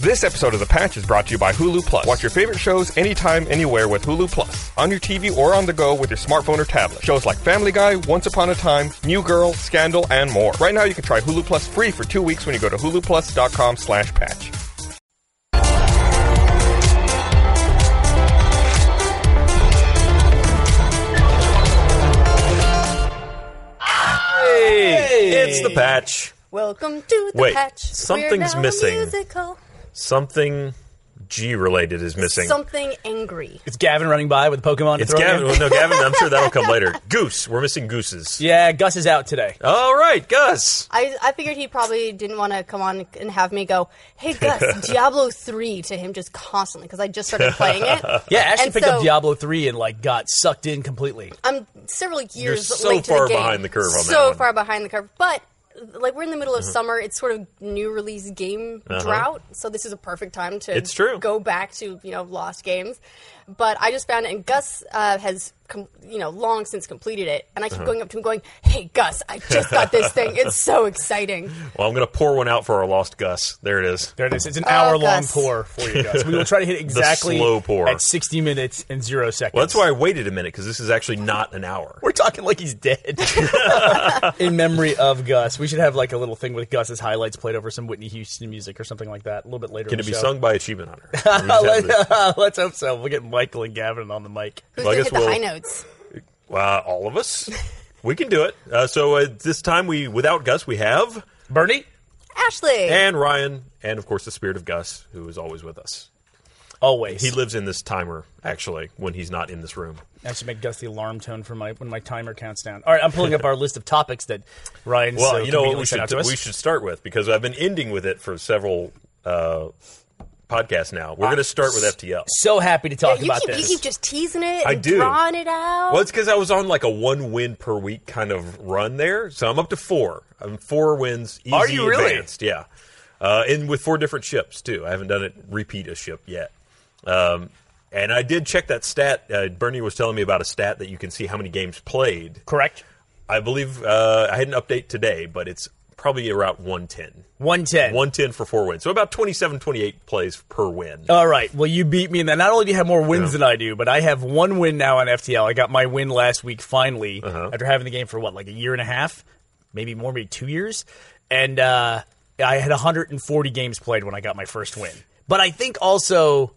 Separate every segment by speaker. Speaker 1: This episode of The Patch is brought to you by Hulu Plus. Watch your favorite shows anytime, anywhere with Hulu Plus. On your TV or on the go with your smartphone or tablet. Shows like Family Guy, Once Upon a Time, New Girl, Scandal, and more. Right now you can try Hulu Plus free for two weeks when you go to huluplus.com slash patch.
Speaker 2: It's the patch.
Speaker 3: Welcome to the
Speaker 2: Wait,
Speaker 3: patch.
Speaker 2: something's
Speaker 3: We're now
Speaker 2: missing.
Speaker 3: Musical.
Speaker 2: Something G related is missing.
Speaker 3: Something angry.
Speaker 4: It's Gavin running by with Pokemon. to
Speaker 2: it's
Speaker 4: throw at
Speaker 2: Gavin.
Speaker 4: him.
Speaker 2: Well, no, Gavin. I'm sure that'll come later. Goose. We're missing gooses.
Speaker 4: Yeah, Gus is out today.
Speaker 2: All right, Gus.
Speaker 3: I, I figured he probably didn't want to come on and have me go, hey Gus, Diablo three to him just constantly because I just started playing it.
Speaker 4: Yeah, Ashley
Speaker 3: And
Speaker 4: picked
Speaker 3: so-
Speaker 4: up Diablo three and like got sucked in completely.
Speaker 3: I'm several years
Speaker 2: so
Speaker 3: late to
Speaker 2: far
Speaker 3: the game.
Speaker 2: behind the curve on that
Speaker 3: so
Speaker 2: one. Mm-hmm.
Speaker 3: far behind the curve, but like we're in the middle of summer, it's sort of new release game drought, so this is a perfect time to
Speaker 2: Uh-huh. It's true.
Speaker 3: go back to you know lost games. But I just found it, and Gus uh, has com- you know long since completed it, and I
Speaker 2: Uh-huh.
Speaker 3: keep going up to him going, "Hey Gus, I just got this thing. It's so exciting."
Speaker 2: Well, I'm going to pour one out for our lost Gus. There it is.
Speaker 4: There it is. It's an hour long
Speaker 3: Oh, Gus.
Speaker 4: pour for you guys. We will try to hit exactly
Speaker 2: slow pour.
Speaker 4: at sixty minutes and zero seconds.
Speaker 2: Well, that's why I waited a minute because this is actually not an hour.
Speaker 4: we're talking like he's dead. in memory of Gus, we should have like a little thing with Gus's highlights played over some Whitney Houston music or something like that. A little bit later.
Speaker 2: Can
Speaker 4: in
Speaker 2: it
Speaker 4: the
Speaker 2: be
Speaker 4: show.
Speaker 2: sung by Achievement Hunter? We just have this-
Speaker 4: Let's hope so. We'll get Michael and Gavin on the mic.
Speaker 3: Who's
Speaker 2: Well, I
Speaker 3: gonna
Speaker 2: guess
Speaker 3: hit the
Speaker 2: we'll-
Speaker 3: high notes?
Speaker 2: uh, all of us. We can do it. Uh, so uh, this time we, without Gus, we have
Speaker 4: Bernie.
Speaker 3: Ashley,
Speaker 2: and Ryan, and of course the spirit of Gus, who is always with us.
Speaker 4: Always.
Speaker 2: He lives in this timer actually when he's not in this room.
Speaker 4: I should make Gus the alarm tone for my when my timer counts down. All right, I'm pulling up our list of topics that Ryan.
Speaker 2: Well,
Speaker 4: so
Speaker 2: you know what
Speaker 4: conveniently
Speaker 2: we
Speaker 4: sent
Speaker 2: should
Speaker 4: out to us.
Speaker 2: we should start with because I've been ending with it for several uh, podcasts now. We're going to start with FTL.
Speaker 4: So happy to talk
Speaker 3: you
Speaker 4: about
Speaker 3: keep
Speaker 4: this.
Speaker 3: you keep just teasing it. And
Speaker 2: I do.
Speaker 3: drawing it out.
Speaker 2: Well, it's because I was on like a one win per week kind of run there, so I'm up to four. I'm four wins. Easy
Speaker 4: Are you really?
Speaker 2: Advanced. Yeah, uh, and with four different ships too. I haven't done it repeat a ship yet. Um, and I did check that stat. Uh, Bernie was telling me about a stat that you can see how many games played.
Speaker 4: Correct.
Speaker 2: I believe uh, I had an update today, but it's probably around 110.
Speaker 4: One ten.
Speaker 2: 110 for four wins. So about 27, 28 plays per win.
Speaker 4: All right. Well, you beat me in that. Not only do you have more wins
Speaker 2: Yeah.
Speaker 4: than I do, but I have one win now on FTL. I got my win last week finally
Speaker 2: Uh-huh.
Speaker 4: after having the game for what, like a year and a half, maybe more, maybe two years, and uh, I had 140 games played when I got my first win. But I think also,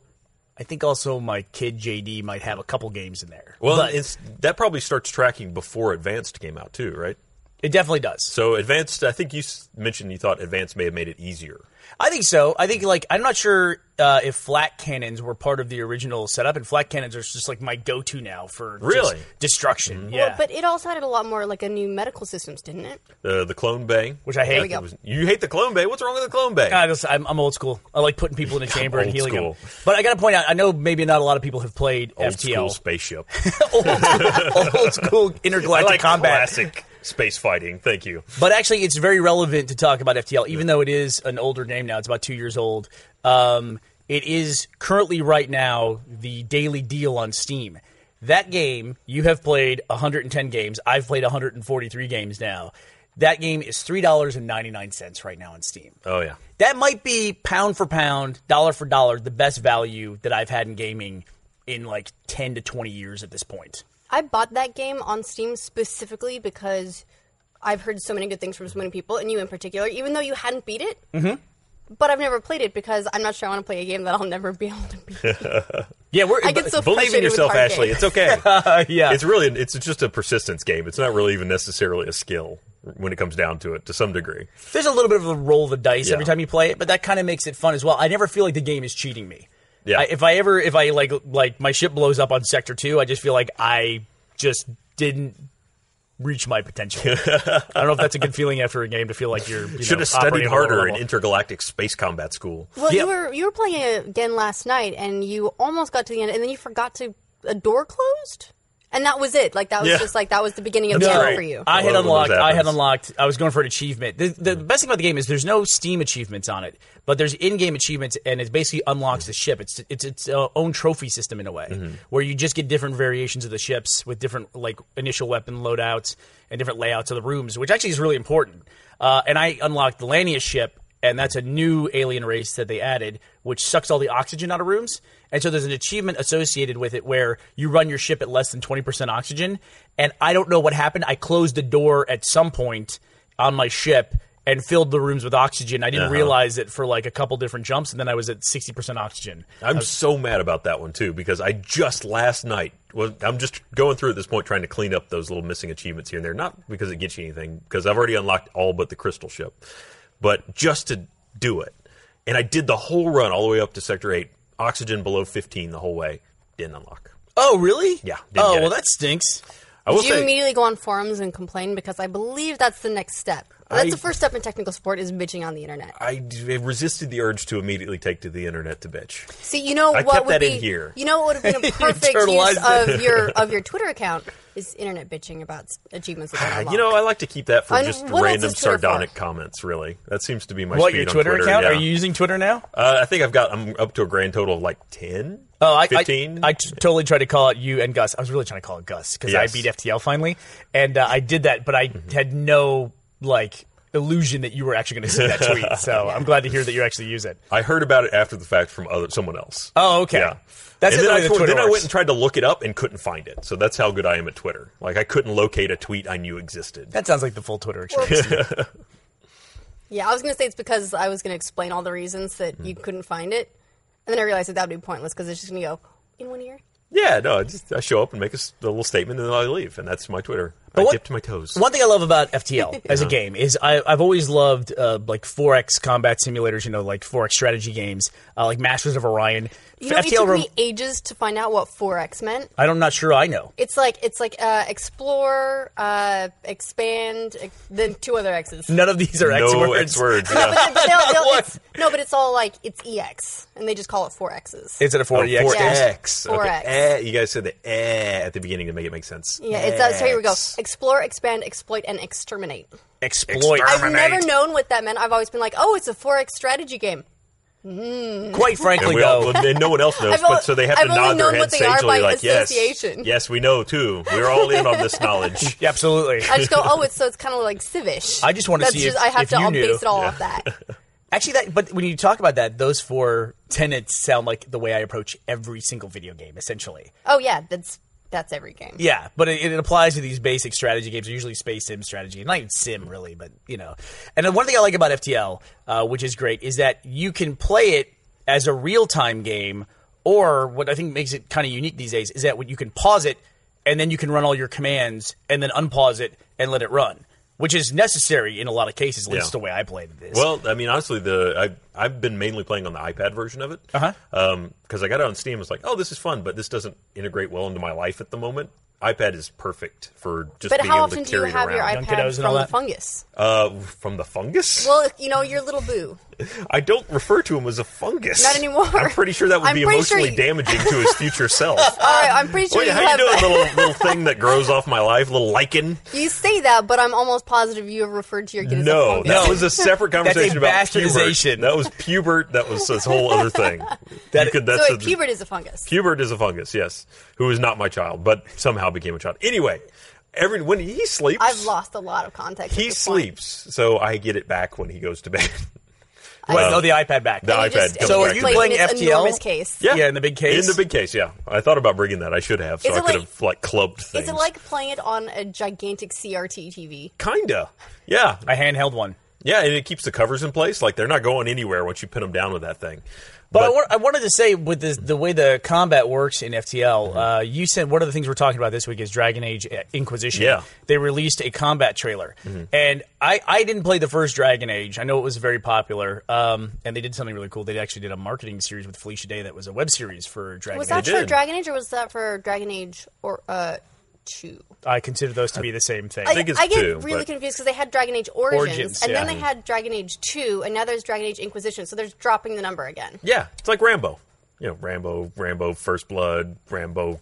Speaker 4: I think also my kid JD might have a couple games in there.
Speaker 2: well,
Speaker 4: But-
Speaker 2: it's, that probably starts tracking before Advanced came out, too, right?
Speaker 4: It definitely does.
Speaker 2: So Advanced, I think you s- mentioned you thought Advanced may have made it easier.
Speaker 4: I think so. I think like I'm not sure uh, if flat cannons were part of the original setup, and flat cannons are just like my go-to now for just
Speaker 2: Really?
Speaker 4: destruction.
Speaker 3: Mm-hmm. Well,
Speaker 4: Yeah,
Speaker 3: but it also had a lot more like a new medical systems, didn't it?
Speaker 2: Uh, the Clone Bay.
Speaker 4: which I hate.
Speaker 3: we go.
Speaker 2: was, you hate the Clone Bay. What's wrong with the Clone Bay?
Speaker 4: I just, I'm, I'm old school. I like putting people in a chamber and
Speaker 2: Old
Speaker 4: healing
Speaker 2: school.
Speaker 4: them. But I got to point out, I know maybe not a lot of people have played
Speaker 2: Old school
Speaker 4: FTL.
Speaker 2: spaceship.
Speaker 4: old, old school
Speaker 2: I
Speaker 4: intergalactic
Speaker 2: like
Speaker 4: combat.
Speaker 2: classic space fighting. Thank you.
Speaker 4: But actually, it's very relevant to talk about FTL, even though it is an older name now. It's about two years old. Um, it is currently, right now, the daily deal on Steam. That game, you have played 110 games. I've played 143 games now. That game is $3.99 right now on Steam.
Speaker 2: Oh yeah.
Speaker 4: That might be pound for pound, dollar for dollar, the best value that I've had in gaming in like 10 to 20 years at this point.
Speaker 3: I bought that game on Steam specifically because I've heard so many good things from so many people, and you in particular, even though you hadn't beat it. Mm-hmm. But I've never played it because I'm not sure I want to play a game that I'll never be able to beat.
Speaker 4: Yeah, we're
Speaker 3: I get so
Speaker 2: Believe in
Speaker 3: frustrated with
Speaker 2: yourself,
Speaker 3: card
Speaker 2: Ashley. It's
Speaker 3: games.
Speaker 2: okay.
Speaker 4: yeah.
Speaker 2: it's really it's just a persistence game. It's not really even necessarily a skill when it comes down to it to some degree.
Speaker 4: There's a little bit of a roll of the dice
Speaker 2: Yeah.
Speaker 4: every time you play it, but that kind of makes it fun as well. I never feel like the game is cheating me.
Speaker 2: Yeah.
Speaker 4: I, if I ever, if I like, like my ship blows up on sector two, I just feel like I just didn't reach my potential. I don't know if that's a good feeling after a game to feel like you're you
Speaker 2: Should
Speaker 4: know,
Speaker 2: have studied
Speaker 4: operating at a lower
Speaker 2: harder in
Speaker 4: level.
Speaker 2: intergalactic space combat school.
Speaker 3: well,
Speaker 4: Yeah.
Speaker 3: you were you were playing it again last night, and you almost got to the end, and then you forgot to a door closed, and that was it. Like that was
Speaker 2: Yeah.
Speaker 3: just like that was the beginning of
Speaker 2: That's
Speaker 3: the
Speaker 2: great.
Speaker 3: end for you.
Speaker 4: I had
Speaker 2: Love when
Speaker 4: unlocked.
Speaker 2: those
Speaker 4: I had
Speaker 2: happens.
Speaker 4: unlocked. I was going for an achievement. The, the best thing about the game is there's no Steam achievements on it, but there's in-game achievements, and it basically unlocks the ship. It's it's its uh, own trophy system in a way,
Speaker 2: Mm-hmm.
Speaker 4: where you just get different variations of the ships with different like initial weapon loadouts and different layouts of the rooms, which actually is really important. Uh, and I unlocked the Lania ship. and that's a new alien race that they added, which sucks all the oxygen out of rooms. And so there's an achievement associated with it where you run your ship at less than 20% oxygen. And I don't know what happened. I closed the door at some point on my ship and filled the rooms with oxygen. I didn't
Speaker 2: Uh-huh.
Speaker 4: realize it for like a couple different jumps, and then I was at 60% oxygen.
Speaker 2: I'm so mad about that one too because I just last night was I'm just going through at this point trying to clean up those little missing achievements here and there. Not because it gets you anything because I've already unlocked all but the crystal ship, but just to do it. And I did the whole run all the way up to sector eight, oxygen below 15 the whole way. Didn't unlock.
Speaker 4: Oh, really?
Speaker 2: Yeah, didn't
Speaker 4: Oh,
Speaker 2: get
Speaker 4: well,
Speaker 2: it.
Speaker 4: that stinks.
Speaker 2: I will
Speaker 3: Did you
Speaker 2: say,
Speaker 3: immediately go on forums and complain? Because I believe that's the next step. That's
Speaker 2: I-
Speaker 3: the first step in technical support is bitching on the internet.
Speaker 2: I d- resisted the urge to immediately take to the internet to bitch.
Speaker 3: See, you know
Speaker 2: I
Speaker 3: what
Speaker 2: kept
Speaker 3: would
Speaker 2: that
Speaker 3: be
Speaker 2: in here.
Speaker 3: you know what would have been a perfect use
Speaker 4: internalized
Speaker 3: of your of your Twitter account is internet bitching about s- achievements. That don't
Speaker 2: Uh,
Speaker 3: unlock.
Speaker 2: You know, I like to keep that for
Speaker 3: And
Speaker 2: just
Speaker 3: what else
Speaker 2: random
Speaker 3: is Twitter for?
Speaker 2: sardonic comments. Really, that seems to be my
Speaker 4: What,
Speaker 2: speed
Speaker 4: your
Speaker 2: on
Speaker 4: Twitter, account?
Speaker 2: yeah.
Speaker 4: Are you using Twitter now?
Speaker 2: Uh, I think I've got. I'm up to a grand total of like ten.
Speaker 4: Oh, I, I-
Speaker 2: 15?
Speaker 4: I t- totally tried to call out you and Gus. I was really trying to call it Gus because
Speaker 2: Yes. Mm-hmm.
Speaker 4: I beat FTL finally, and uh, I did that, but I had no like illusion that you were actually going to see that tweet. So I'm glad to hear that you actually use it.
Speaker 2: I heard about it after the fact from other someone else.
Speaker 4: Oh, okay.
Speaker 2: Yeah.
Speaker 4: That's
Speaker 2: and
Speaker 4: the
Speaker 2: then,
Speaker 4: way
Speaker 2: I,
Speaker 4: that
Speaker 2: tw-
Speaker 4: Twitter
Speaker 2: then I
Speaker 4: works.
Speaker 2: went and tried to look it up and couldn't find it. So that's how good I am at Twitter. Like I couldn't locate a tweet I knew existed.
Speaker 4: That sounds like the full Twitter experience.
Speaker 3: yeah, I was gonna say it's because I was gonna explain all the reasons that
Speaker 2: Hmm.
Speaker 3: you couldn't find it, and then I realized that that would be pointless because it's just gonna go in one ear.
Speaker 2: yeah, no, I just I show up and make a s- a little statement and then I leave, and that's my Twitter. I
Speaker 4: what-
Speaker 2: dipped my toes.
Speaker 4: One thing I love about FTL as a game is I, I've always loved uh, like 4X combat simulators, you know, like 4X strategy games, uh, like Masters of Orion.
Speaker 3: You know, it took
Speaker 4: rem-
Speaker 3: me ages to find out what 4x meant.
Speaker 4: I'm not sure I know.
Speaker 3: It's like it's like uh, explore, uh, expand, ex- then two other X's.
Speaker 4: None of these are X
Speaker 2: no
Speaker 4: words.
Speaker 2: X words.
Speaker 3: No,
Speaker 2: yeah.
Speaker 3: but, but they'll, they'll,
Speaker 4: What?
Speaker 3: it's, no, but it's all like it's ex, and they just call it four x's.
Speaker 4: Is it a E 4X?
Speaker 2: Four
Speaker 3: Yeah.
Speaker 2: X.
Speaker 3: Four
Speaker 2: Okay.
Speaker 3: X.
Speaker 2: Eh, you guys said the eh at the beginning to make it make sense.
Speaker 3: yeah, it's that's here we go.
Speaker 2: X.
Speaker 3: Explore, expand, exploit, and exterminate.
Speaker 4: Exploit.
Speaker 2: Exterminate.
Speaker 3: I've never known what that meant. I've always been like, oh, it's a four x strategy game.
Speaker 4: Quite
Speaker 2: And,
Speaker 4: frankly,
Speaker 2: we all,
Speaker 4: though,
Speaker 2: well, and no one else knows,
Speaker 3: oh. I've only-
Speaker 2: but so they have
Speaker 3: I've
Speaker 2: to
Speaker 3: only
Speaker 2: nod their
Speaker 3: known
Speaker 2: head
Speaker 3: what they are
Speaker 2: sagely,
Speaker 3: by
Speaker 2: like yes,
Speaker 3: association.
Speaker 2: yes, we know too. We're all in on this knowledge.
Speaker 4: Yeah, absolutely.
Speaker 3: I just go, oh, it's so it's kind of like civish.
Speaker 4: I just wanna
Speaker 3: That's
Speaker 4: see if-
Speaker 3: I have
Speaker 4: if
Speaker 3: to
Speaker 4: you
Speaker 3: all
Speaker 4: knew.
Speaker 3: base it all off that.
Speaker 4: Actually, that but when you talk about that, those four tenets sound like the way I approach every single video game, essentially.
Speaker 3: Oh yeah, that's that's every game.
Speaker 4: Yeah, but it, it applies to these basic strategy games. Usually, space sim strategy, not even sim really, but you know. And then one thing I like about FTL, uh, which is great, is that you can play it as a real time game, or what I think makes it kind of unique these days is that when you can pause it and then you can run all your commands and then unpause it and let it run, which is necessary in a lot of cases. At least
Speaker 2: Yeah.
Speaker 4: the way I played this.
Speaker 2: Well, I mean, honestly, the I, I've been mainly playing on the iPad version of it
Speaker 3: Uh-huh.
Speaker 2: because I got it on Steam. I was like, oh, this is fun, but this doesn't integrate well into my life at the moment. iPad is perfect for just
Speaker 3: But
Speaker 2: being
Speaker 3: how
Speaker 2: able
Speaker 3: often
Speaker 2: to
Speaker 3: do you
Speaker 2: carry
Speaker 3: have
Speaker 2: it
Speaker 3: your
Speaker 2: around.
Speaker 4: Young
Speaker 3: iPad
Speaker 4: kiddos and
Speaker 3: from
Speaker 4: all
Speaker 3: the
Speaker 4: that.
Speaker 3: fungus?
Speaker 2: uh, from the fungus?
Speaker 3: Well, you know, your little boo.
Speaker 2: I don't refer to him as a fungus.
Speaker 3: Not anymore.
Speaker 2: I'm pretty sure that would
Speaker 3: I'm
Speaker 2: be
Speaker 3: pretty sure
Speaker 2: emotionally
Speaker 3: you-
Speaker 2: damaging to his future self.
Speaker 3: All right, I'm pretty
Speaker 2: Ah.
Speaker 3: sure
Speaker 2: Wait,
Speaker 3: you
Speaker 2: how
Speaker 3: have.
Speaker 2: you doing, little little thing that grows off my life, little lichen?
Speaker 3: You say that, but I'm almost positive you have referred to your kid as a
Speaker 2: No,
Speaker 3: fungus.
Speaker 2: that was a separate
Speaker 4: a
Speaker 2: conversation about
Speaker 4: bastardization.
Speaker 2: pubert. That was pubert. That was this whole other thing. That, could, that's
Speaker 3: so
Speaker 2: a-
Speaker 3: wait, pubert is a fungus.
Speaker 2: Hubert is a fungus, yes, who is not my child, but somehow became a child. Anyway, every when he sleeps,
Speaker 3: I've lost a lot of context. at
Speaker 2: He
Speaker 3: this point.
Speaker 2: sleeps, so I get it back when he goes to bed.
Speaker 4: Wait, oh, the iPad back.
Speaker 2: The
Speaker 3: And you
Speaker 2: iPad comes
Speaker 3: just- and you
Speaker 4: so
Speaker 2: back
Speaker 4: are
Speaker 3: just
Speaker 2: to
Speaker 4: you
Speaker 2: me.
Speaker 3: played
Speaker 4: playing
Speaker 3: in its
Speaker 4: FTL?
Speaker 3: enormous case.
Speaker 2: yeah,
Speaker 4: yeah, in the big case?
Speaker 2: In the big case, yeah. I thought about bringing that. I should have, so
Speaker 3: Is
Speaker 2: I
Speaker 3: it
Speaker 2: could
Speaker 3: like-
Speaker 2: have like clubbed things.
Speaker 3: Is it like playing it on a gigantic CRT TV?
Speaker 2: kinda? Yeah,
Speaker 4: I handheld one.
Speaker 2: yeah, and it keeps the covers in place. Like they're not going anywhere once you pin them down with that thing.
Speaker 4: But, I, wa- I wanted to say with this, the way the combat works in FTL,
Speaker 2: Mm-hmm.
Speaker 4: uh, you said one of the things we're talking about this week is Dragon Age uh, Inquisition.
Speaker 2: Yeah. Mm-hmm.
Speaker 4: They released a combat trailer, and I, I didn't play the first Dragon Age. I know it was very popular, um, and they did something really cool. They actually did a marketing series with Felicia Day that was a web series for Dragon
Speaker 3: Was
Speaker 4: Age.
Speaker 3: that for
Speaker 2: did.
Speaker 3: Dragon Age or was that for Dragon Age or uh two?
Speaker 4: I consider those to be the same thing.
Speaker 2: think it's
Speaker 3: I get
Speaker 2: two,
Speaker 3: really
Speaker 2: but-
Speaker 3: confused because they had Dragon Age Origins,
Speaker 4: Origins,
Speaker 3: and
Speaker 4: yeah.
Speaker 3: then they had Dragon Age two, and now there's Dragon Age Inquisition. So they're just dropping the number again.
Speaker 2: Yeah, it's like Rambo. You know, Rambo, Rambo, First Blood, Rambo.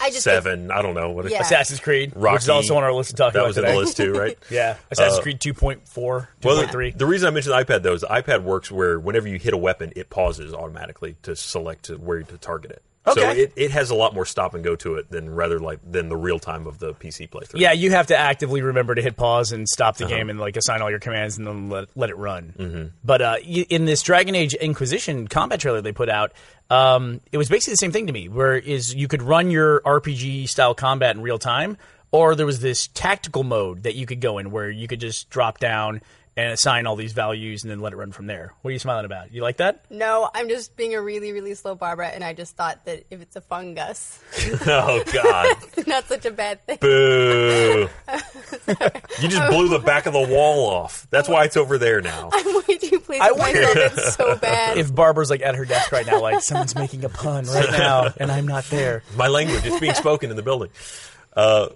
Speaker 3: I just
Speaker 2: seven. I don't know what.
Speaker 3: Yeah.
Speaker 4: Assassin's Creed,
Speaker 2: Rocky.
Speaker 4: which is also on our list to talk
Speaker 2: that
Speaker 4: about
Speaker 2: was in
Speaker 4: today.
Speaker 2: the list too, right?
Speaker 4: Yeah, Assassin's
Speaker 2: Uh,
Speaker 4: Creed 2.4, 2.3.
Speaker 2: Well, the, the reason I mentioned the iPad though is the iPad works where whenever you hit a weapon, it pauses automatically to select to where to target it. So
Speaker 4: Okay.
Speaker 2: it, it has a lot more stop and go to it than rather like than the real time of the PC playthrough.
Speaker 4: Yeah, you have to actively remember to hit pause and stop the game and like assign all your commands and then let, let it run. Mm-hmm. But uh, y- in this Dragon Age Inquisition combat trailer they put out, um, it was basically the same thing to me. Where is you could run your RPG style combat in real time, or there was this tactical mode that you could go in where you could just drop down and assign all these values and then let it run from there. What are you smiling about? You like that?
Speaker 3: No, I'm just being a really, really slow Barbara, and I just thought that if it's a fungus,
Speaker 2: Oh God.
Speaker 3: it's not such a bad thing.
Speaker 2: Boo. you just blew the back of the wall off. That's why it's over there now.
Speaker 3: I'm way too pleased
Speaker 4: I
Speaker 3: with
Speaker 4: wonder-
Speaker 3: myself. It's so bad.
Speaker 4: If Barbara's like at her desk right now, like someone's making a pun right now and I'm not there.
Speaker 2: my language. It's being spoken in the building. Uh,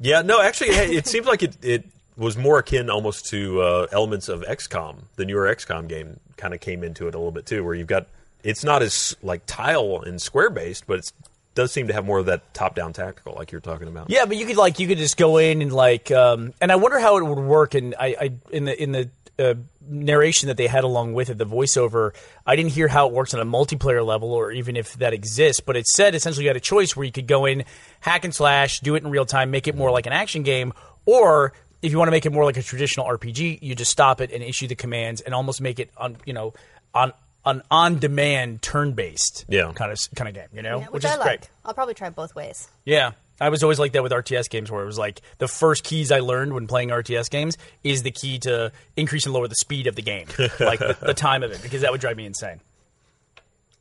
Speaker 2: yeah, no, actually, it, it seems like it, it was more akin almost to uh, elements of XCOM. The newer XCOM game kind of came into it a little bit too, where you've got it's not as like tile and square based, but it does seem to have more of that top down tactical, like you're talking about.
Speaker 4: Yeah, but you could like you could just go in and like, um, and I wonder how it would work. And I, I in the in the uh, narration that they had along with it, the voiceover, I didn't hear how it works on a multiplayer level or even if that exists. But it said essentially you had a choice where you could go in, hack and slash, do it in real time, make it more like an action game, or if you want to make it more like a traditional RPG, you just stop it and issue the commands and almost make it on you know on an on demand turn based
Speaker 2: Yeah.
Speaker 4: kind of kind of game, you know,
Speaker 3: Yeah, which, I
Speaker 4: is
Speaker 3: like.
Speaker 4: great.
Speaker 3: I'll probably try both ways.
Speaker 4: Yeah. I was always like that with RTS games where it was like the first keys I learned when playing RTS games is the key to increase and lower the speed of the game, like the, the time of it, because that would drive me insane.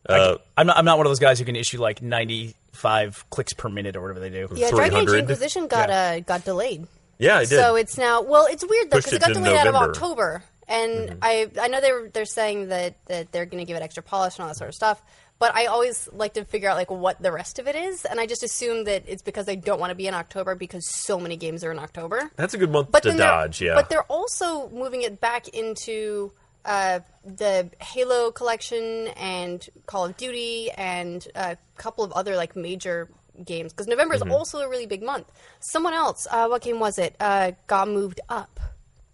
Speaker 4: Like, I'm, not, I'm not one of those guys who can issue like 95 clicks per minute or whatever they do.
Speaker 3: Yeah, Dragon Age
Speaker 2: 300.
Speaker 3: Inquisition got uh, got delayed.
Speaker 2: Yeah, it did.
Speaker 3: So it's now well, it's weird though
Speaker 2: Pushed
Speaker 3: because it
Speaker 2: it
Speaker 3: got
Speaker 2: to
Speaker 3: delayed out of
Speaker 2: November. Mm-hmm.
Speaker 3: October, and I I know they're they're saying that that they're going to give it extra polish and all that sort of stuff. But I always like to figure out like what the rest of it is, and I just assume that it's because they don't want to be in October because so many games are in October.
Speaker 2: That's a good month to
Speaker 3: then they're-
Speaker 2: dodge, yeah.
Speaker 3: But they're also moving it back into uh, the Halo collection and Call of Duty and a couple of other like major games because November is
Speaker 2: Mm-hmm.
Speaker 3: also a really big month. Someone else, uh, what game was it? Uh, got moved up,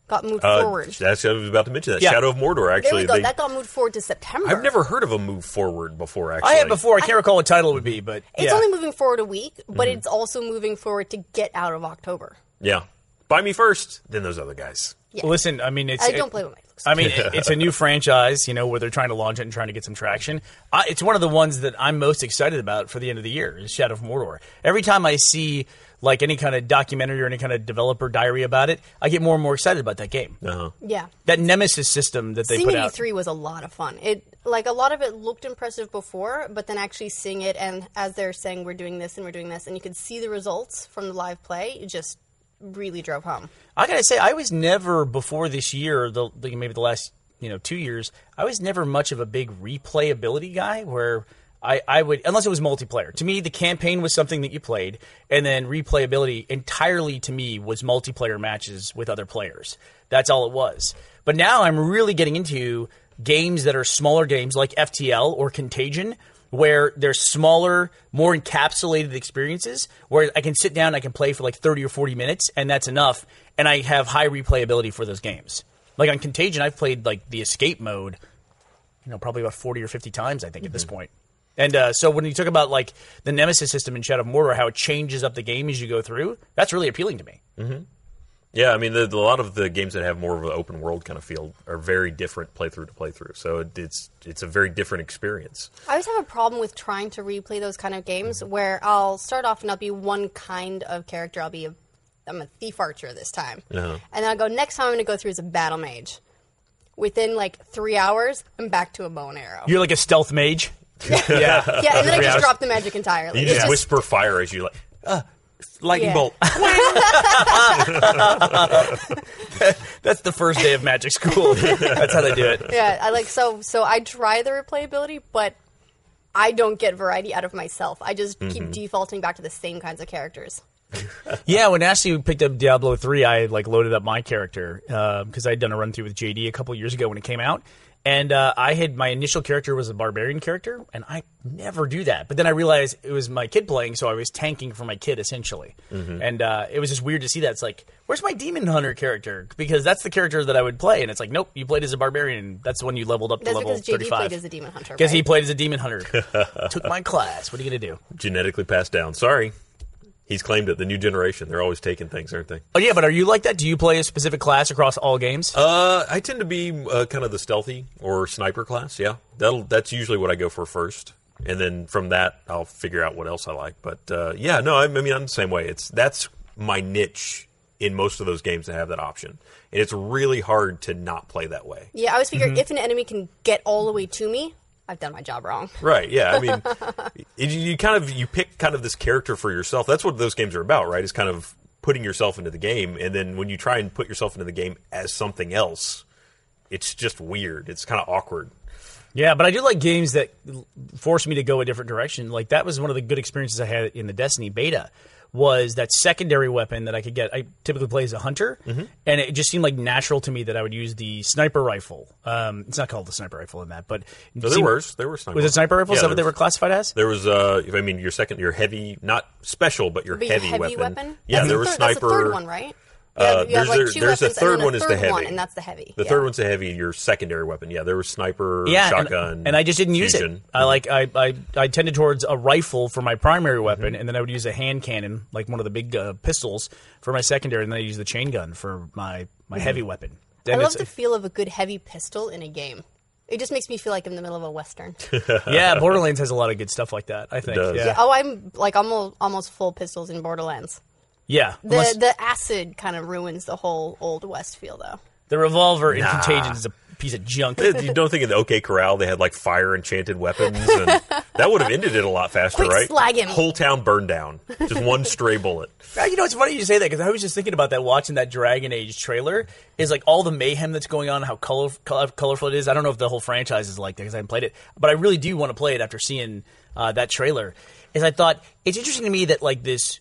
Speaker 3: got moved
Speaker 2: Uh,
Speaker 3: forward.
Speaker 2: that's I was about to mention that
Speaker 4: Yeah.
Speaker 2: Shadow of Mordor.
Speaker 3: there
Speaker 2: Actually,
Speaker 3: we go.
Speaker 2: they-
Speaker 3: that got moved forward to September.
Speaker 2: I've never heard of a move forward before. Actually,
Speaker 4: I had before, I can't recall what title it would be, but
Speaker 3: It's
Speaker 4: yeah.
Speaker 3: only moving forward a week, but
Speaker 2: Mm-hmm.
Speaker 3: it's also moving forward to get out of October.
Speaker 2: Yeah, buy me first, then those other guys.
Speaker 3: Yeah.
Speaker 4: Listen, I mean, it's.
Speaker 3: I don't play with my looks.
Speaker 4: I mean, it- it's a new franchise, you know, where they're trying to launch it and trying to get some traction. I, it's one of the ones that I'm most excited about for the end of the year is Shadow of Mordor. Every time I see like any kind of documentary or any kind of developer diary about it, I get more and more excited about that game.
Speaker 2: Uh-huh.
Speaker 3: yeah.
Speaker 4: That Nemesis system that they
Speaker 3: seeing
Speaker 4: put
Speaker 3: it
Speaker 4: out.
Speaker 3: E3 was a lot of fun. It like a lot of it looked impressive before, but then actually seeing it and as they're saying we're doing this and we're doing this, and you could see the results from the live play, it just really drove home.
Speaker 4: I gotta say, I was never before this year, the, the maybe the last you know two years, I was never much of a big replayability guy. Where I, I would, unless it was multiplayer. To me, the campaign was something that you played, and then replayability entirely to me was multiplayer matches with other players. That's all it was. But now I'm really getting into games that are smaller games like FTL or Contagion where they're smaller, more encapsulated experiences where I can sit down, I can play for like 30 or 40 minutes, and that's enough. And I have high replayability for those games. Like on Contagion, I've played like the escape mode, you know, probably about 40 or 50 times, I think, at this point. And uh, so when you talk about like the Nemesis system in Shadow of Mordor, how it changes up the game as you go through, that's really appealing to me.
Speaker 2: Yeah, I mean, the, the- a lot of the games that have more of an open world kind of feel are very different playthrough to playthrough. So it, it's it's a very different experience.
Speaker 3: I always have a problem with trying to replay those kind of games
Speaker 4: Mm-hmm.
Speaker 3: where I'll start off and I'll be one kind of character. I'll be a, I'm a thief archer this time,
Speaker 4: Uh-huh.
Speaker 3: and then I'll go next time I'm going to go through as a battle mage. Within like three hours, I'm back to a bow and arrow.
Speaker 4: You're like a stealth mage. yeah.
Speaker 3: yeah, and then I
Speaker 4: Three
Speaker 3: just
Speaker 4: hours.
Speaker 3: drop the magic entirely.
Speaker 2: You
Speaker 3: It's
Speaker 2: just
Speaker 3: just-
Speaker 2: whisper fire as you like lightning
Speaker 3: Yeah.
Speaker 2: bolt.
Speaker 4: That's the first day of magic school. that's how they do it.
Speaker 3: yeah, I like so so I try the replayability, but I don't get variety out of myself. I just
Speaker 2: Mm-hmm.
Speaker 3: keep defaulting back to the same kinds of characters.
Speaker 4: Yeah, when Ashley picked up Diablo um, three, I like loaded up my character because I'd done a run through with JD a couple years ago when it came out, And uh, I had my initial character was a barbarian character, and I never do that. But then I realized it was my kid playing, so I was tanking for my kid essentially. And uh, it was just weird to see that. It's like, where's my demon hunter character? Because that's the character that I would play, and it's like, nope, you played as a barbarian. That's the one you leveled up to
Speaker 3: That's
Speaker 4: level
Speaker 3: because JD
Speaker 4: thirty-five.
Speaker 3: played as a demon hunter.
Speaker 4: Because he
Speaker 3: right?
Speaker 4: played as a demon hunter. Took my class. What are you gonna do?
Speaker 2: Genetically passed down. Sorry. He's claimed it. The new generation. They're always taking things, aren't they?
Speaker 4: Oh yeah, but are you like that? Do you play a specific class across all games?
Speaker 2: Uh, I tend to be uh, kind of the stealthy or sniper class. Yeah, that'll that's usually what I go for first, and then from that I'll figure out what else I like. But uh, yeah, no, I, I mean I'm the same way. It's that's my niche in most of those games that have that option, and it's really hard to not play that way.
Speaker 3: Yeah, I always
Speaker 2: Mm-hmm.
Speaker 3: figure if an enemy can get all the way to me, I've done my job wrong.
Speaker 2: Right? Yeah, I mean, it, you kind of you pick kind of this character for yourself. That's what those games are about, right? Is kind of putting yourself into the game, and then when you try and put yourself into the game as something else, it's just weird. It's kind of awkward.
Speaker 4: Yeah, but I do like games that force me to go a different direction. Like that was one of the good experiences I had in the Destiny beta was that secondary weapon that I could get. I typically play as a hunter,
Speaker 2: Mm-hmm.
Speaker 4: and it just seemed like natural to me that I would use the sniper rifle. Um, it's not called the sniper rifle in that, but
Speaker 2: No, there
Speaker 4: seemed-
Speaker 2: were there were sniper.
Speaker 4: was it sniper rifle? Is
Speaker 2: Yeah,
Speaker 4: that what they
Speaker 2: there
Speaker 4: were
Speaker 2: was-
Speaker 4: classified as?
Speaker 2: There was uh, if- I mean, your second, your heavy, not special, but your
Speaker 3: But
Speaker 2: heavy,
Speaker 3: your heavy weapon.
Speaker 2: Yeah,
Speaker 3: That's
Speaker 2: there
Speaker 3: the
Speaker 2: was
Speaker 3: third,
Speaker 2: sniper.
Speaker 3: That's the third one, right? You
Speaker 2: Uh,
Speaker 3: have- you have,
Speaker 2: there's
Speaker 3: like,
Speaker 2: there-
Speaker 3: two
Speaker 2: there's a
Speaker 3: weapons and
Speaker 2: third
Speaker 3: then a
Speaker 2: one is the
Speaker 3: third
Speaker 2: heavy,
Speaker 3: one, and that's the heavy.
Speaker 2: The
Speaker 3: Yeah.
Speaker 2: third one's the heavy. Your secondary weapon. Yeah, there was sniper,
Speaker 4: yeah, and-
Speaker 2: shotgun,
Speaker 4: and, I just didn't use
Speaker 2: fusion. Uh, Mm-hmm.
Speaker 4: it. I like I, I I tended towards a rifle for my primary weapon, and then I would use a hand cannon, like one of the big uh, pistols, for my secondary, and then I use the chain gun for my my heavy weapon.
Speaker 3: Mm-hmm. I
Speaker 4: And
Speaker 3: love the
Speaker 4: it's-
Speaker 3: feel of a good heavy pistol in a game. It just makes me feel like I'm in the middle of a western.
Speaker 4: yeah, Borderlands has a lot of good stuff like that. I think.
Speaker 2: does.
Speaker 4: Yeah.
Speaker 3: oh, I'm like almost almost full pistols in Borderlands.
Speaker 4: Yeah.
Speaker 3: The
Speaker 4: Unless- the,
Speaker 3: the acid kind of ruins the whole old west feel though.
Speaker 4: revolver in Contagion is a piece of junk.
Speaker 2: Eh, you don't think in the OK Corral they had like fire enchanted weapons, and that would have ended it a lot faster,
Speaker 3: Quick,
Speaker 2: right?
Speaker 3: slag him.
Speaker 2: Whole town burned down, just one stray bullet.
Speaker 4: Uh, you know, it's funny you say that because I was just thinking about that watching that Dragon Age trailer. Is like all the mayhem that's going on, how color, color, colorful it is. I don't know if the whole franchise is like that because I haven't played it, but I really do want to play it after seeing uh, that trailer. Is I thought it's interesting to me that like this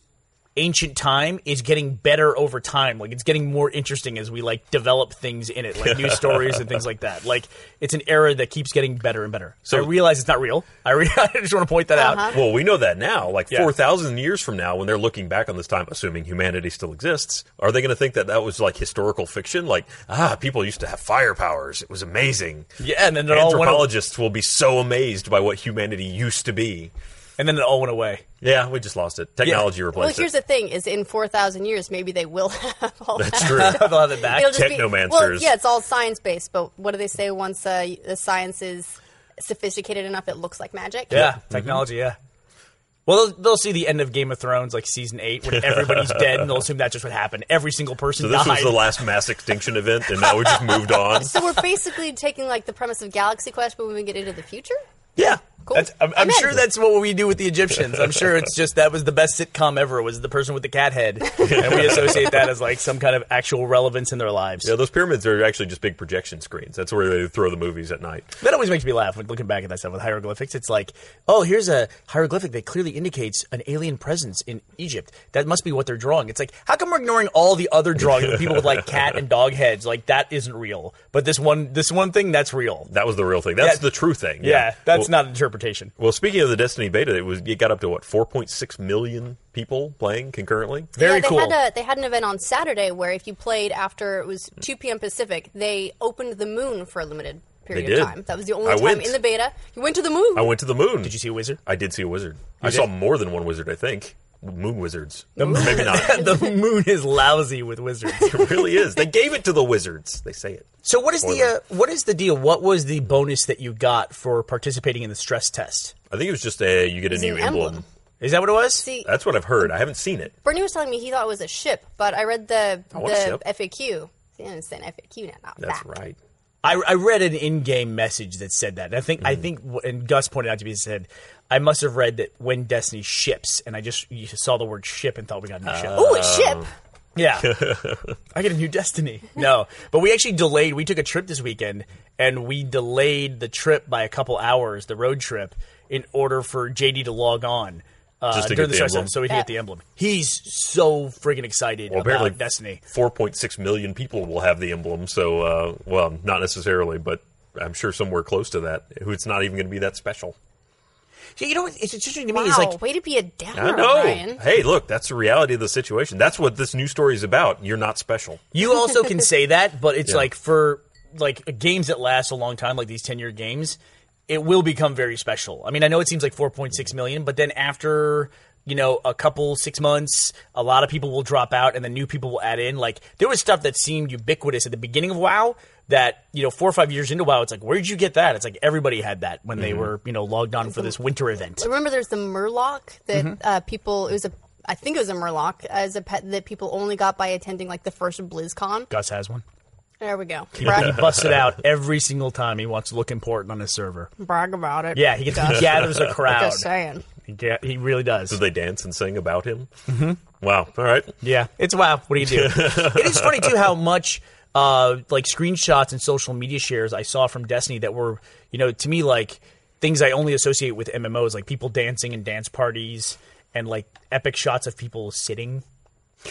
Speaker 4: ancient time is getting better over time. Like it's getting more interesting as we like develop things in it, like new stories and things like that. Like it's an era that keeps getting better and better. So I realize it's not real. I, re- I just want to point that out.
Speaker 2: Well, we know that now. Like
Speaker 4: Yeah.
Speaker 2: 4,000 years from now, when they're looking back on this time, assuming humanity still exists, are they going to think that that was like historical fiction? Like, ah, people used to have fire powers. It was amazing.
Speaker 4: Yeah, and then it all went.
Speaker 2: Anthropologists will be so amazed by what humanity used to be.
Speaker 4: And then it all went away.
Speaker 2: Yeah, we just lost it. Technology
Speaker 3: Well,
Speaker 2: replaced
Speaker 3: here's
Speaker 2: it.
Speaker 3: the thing: is in four thousand years, maybe they will have all that.
Speaker 2: That's true.
Speaker 4: They'll have it back.
Speaker 3: It'll just be- well,
Speaker 2: Technomancers.
Speaker 3: yeah, it's all science based. But what do they say? Once uh, the science is sophisticated enough, it looks like magic.
Speaker 4: Yeah,
Speaker 2: Mm-hmm.
Speaker 4: technology. Yeah. Well, they'll, they'll see the end of Game of Thrones, like season eight, when everybody's dead, and they'll assume that's just what happened. Every single person
Speaker 2: so this
Speaker 4: died.
Speaker 2: was the last mass extinction event, and now we just moved on.
Speaker 3: So we're basically taking like the premise of Galaxy Quest, but when we get into the future,
Speaker 4: yeah,
Speaker 3: Cool.
Speaker 4: That's, I'm,
Speaker 3: I'm
Speaker 4: I'm sure
Speaker 3: in.
Speaker 4: that's what we do with the Egyptians. I'm sure it's just that was the best sitcom ever was the person with the cat head, and we associate that as like some kind of actual relevance in their lives.
Speaker 2: Yeah, those pyramids are actually just big projection screens. That's where they throw the movies at night.
Speaker 4: That always makes me laugh when looking back at that stuff with hieroglyphics. It's like, oh, here's a hieroglyphic that clearly indicates an alien presence in Egypt. That must be what they're drawing. It's like, how come we're ignoring all the other drawings of people with like cat and dog heads? Like that isn't real, but this one, this one thing that's real.
Speaker 2: That was the real thing. That's
Speaker 4: Yeah.
Speaker 2: the true thing.
Speaker 4: Yeah, that's
Speaker 2: Well-
Speaker 4: not an interpretation.
Speaker 2: Well, speaking of the Destiny beta, it was it got up to what 4.6 million people playing concurrently.
Speaker 4: Very
Speaker 3: yeah, they
Speaker 4: cool.
Speaker 3: Had a, they had an event on Saturday where if you played after it was 2 p.m. Pacific, they opened the moon for a limited period
Speaker 2: did.
Speaker 3: of time. That was the only
Speaker 2: I
Speaker 3: time
Speaker 2: went.
Speaker 3: in the beta you went to the moon.
Speaker 2: I went to the moon.
Speaker 4: Did you see a wizard?
Speaker 2: I did see a wizard. I
Speaker 4: did?
Speaker 2: saw more than one wizard. I think moon wizards. Or maybe not.
Speaker 4: the moon is lousy with wizards.
Speaker 2: it really is. They gave it to the wizards. They say it.
Speaker 4: So what is
Speaker 2: Spoiler.
Speaker 4: the uh, what is the deal? What was the bonus that you got for participating in the stress test?
Speaker 2: I think it was just a you get a
Speaker 3: It's
Speaker 2: new
Speaker 3: an
Speaker 2: emblem.
Speaker 3: emblem.
Speaker 4: Is that what it was?
Speaker 3: See,
Speaker 2: That's what I've heard. I haven't seen it.
Speaker 3: Bernie was telling me he thought it was a ship, but I read the
Speaker 2: I want Oh, a
Speaker 3: the
Speaker 2: ship.
Speaker 3: FAQ. See, I understand FAQ now. Not
Speaker 2: That's
Speaker 3: that.
Speaker 2: right.
Speaker 4: I, I read an in-game message that said that. And I think I
Speaker 2: Hmm.
Speaker 4: think wh- and Gus pointed out to me it said I must have read that when Destiny ships, and I just you saw the word ship and thought we got a new ship.
Speaker 2: Oh.
Speaker 3: Ooh, a ship.
Speaker 2: Um,
Speaker 4: Yeah, I get a new Destiny. No, but we actually delayed. We took a trip this weekend, and we delayed the trip by a couple hours, the road trip, in order for JD to log on. Uh,
Speaker 2: Just to
Speaker 4: during
Speaker 2: get
Speaker 4: the
Speaker 2: the
Speaker 4: stress
Speaker 2: emblem.
Speaker 4: test, so we can get the emblem. He's so freaking excited
Speaker 2: Well,
Speaker 4: about
Speaker 2: apparently
Speaker 4: Destiny.
Speaker 2: 4.6 million people will have the emblem. So, uh, well, not necessarily, but I'm sure somewhere close to that, who it's not even going to be that special.
Speaker 4: Yeah, you know, what- it's interesting to me
Speaker 3: Wow,
Speaker 4: is like
Speaker 3: way to be a downer,
Speaker 2: I know.
Speaker 3: Ryan.
Speaker 2: Hey, look, that's the reality of the situation. That's what this news story is about. You're not special.
Speaker 4: You also can say that, but it's
Speaker 2: Yeah.
Speaker 4: like for like games that last a long time, like these ten year games, it will become very special. I mean, I know it seems like four point six million, but then after you know a couple six months, a lot of people will drop out, and then new people will add in. Like there was stuff that seemed ubiquitous at the beginning of WoW. That you know, four or five years into WoW, it's like, where did you get that? It's like everybody had that when they were you know logged on for this winter event.
Speaker 3: Remember, there's the Murloc that
Speaker 2: Mm-hmm.
Speaker 3: uh, people. It was a. I think it was a Murloc as a pet that people only got by attending like the first BlizzCon.
Speaker 4: Gus has one.
Speaker 3: There we go.
Speaker 4: He
Speaker 3: Brag,
Speaker 4: busts it out every single time he wants to look important on his server.
Speaker 3: brag about it.
Speaker 4: Yeah, he, gets, he gathers a crowd.
Speaker 3: Just saying.
Speaker 4: He, ga- he really does.
Speaker 2: Do they dance and sing about him? Mm-hmm. Wow. All right.
Speaker 4: Yeah, it's wow. What do you do? it is funny too how much uh, like screenshots and social media shares I saw from Destiny that were you know to me like things I only associate with MMOs like people dancing and dance parties and like epic shots of people sitting.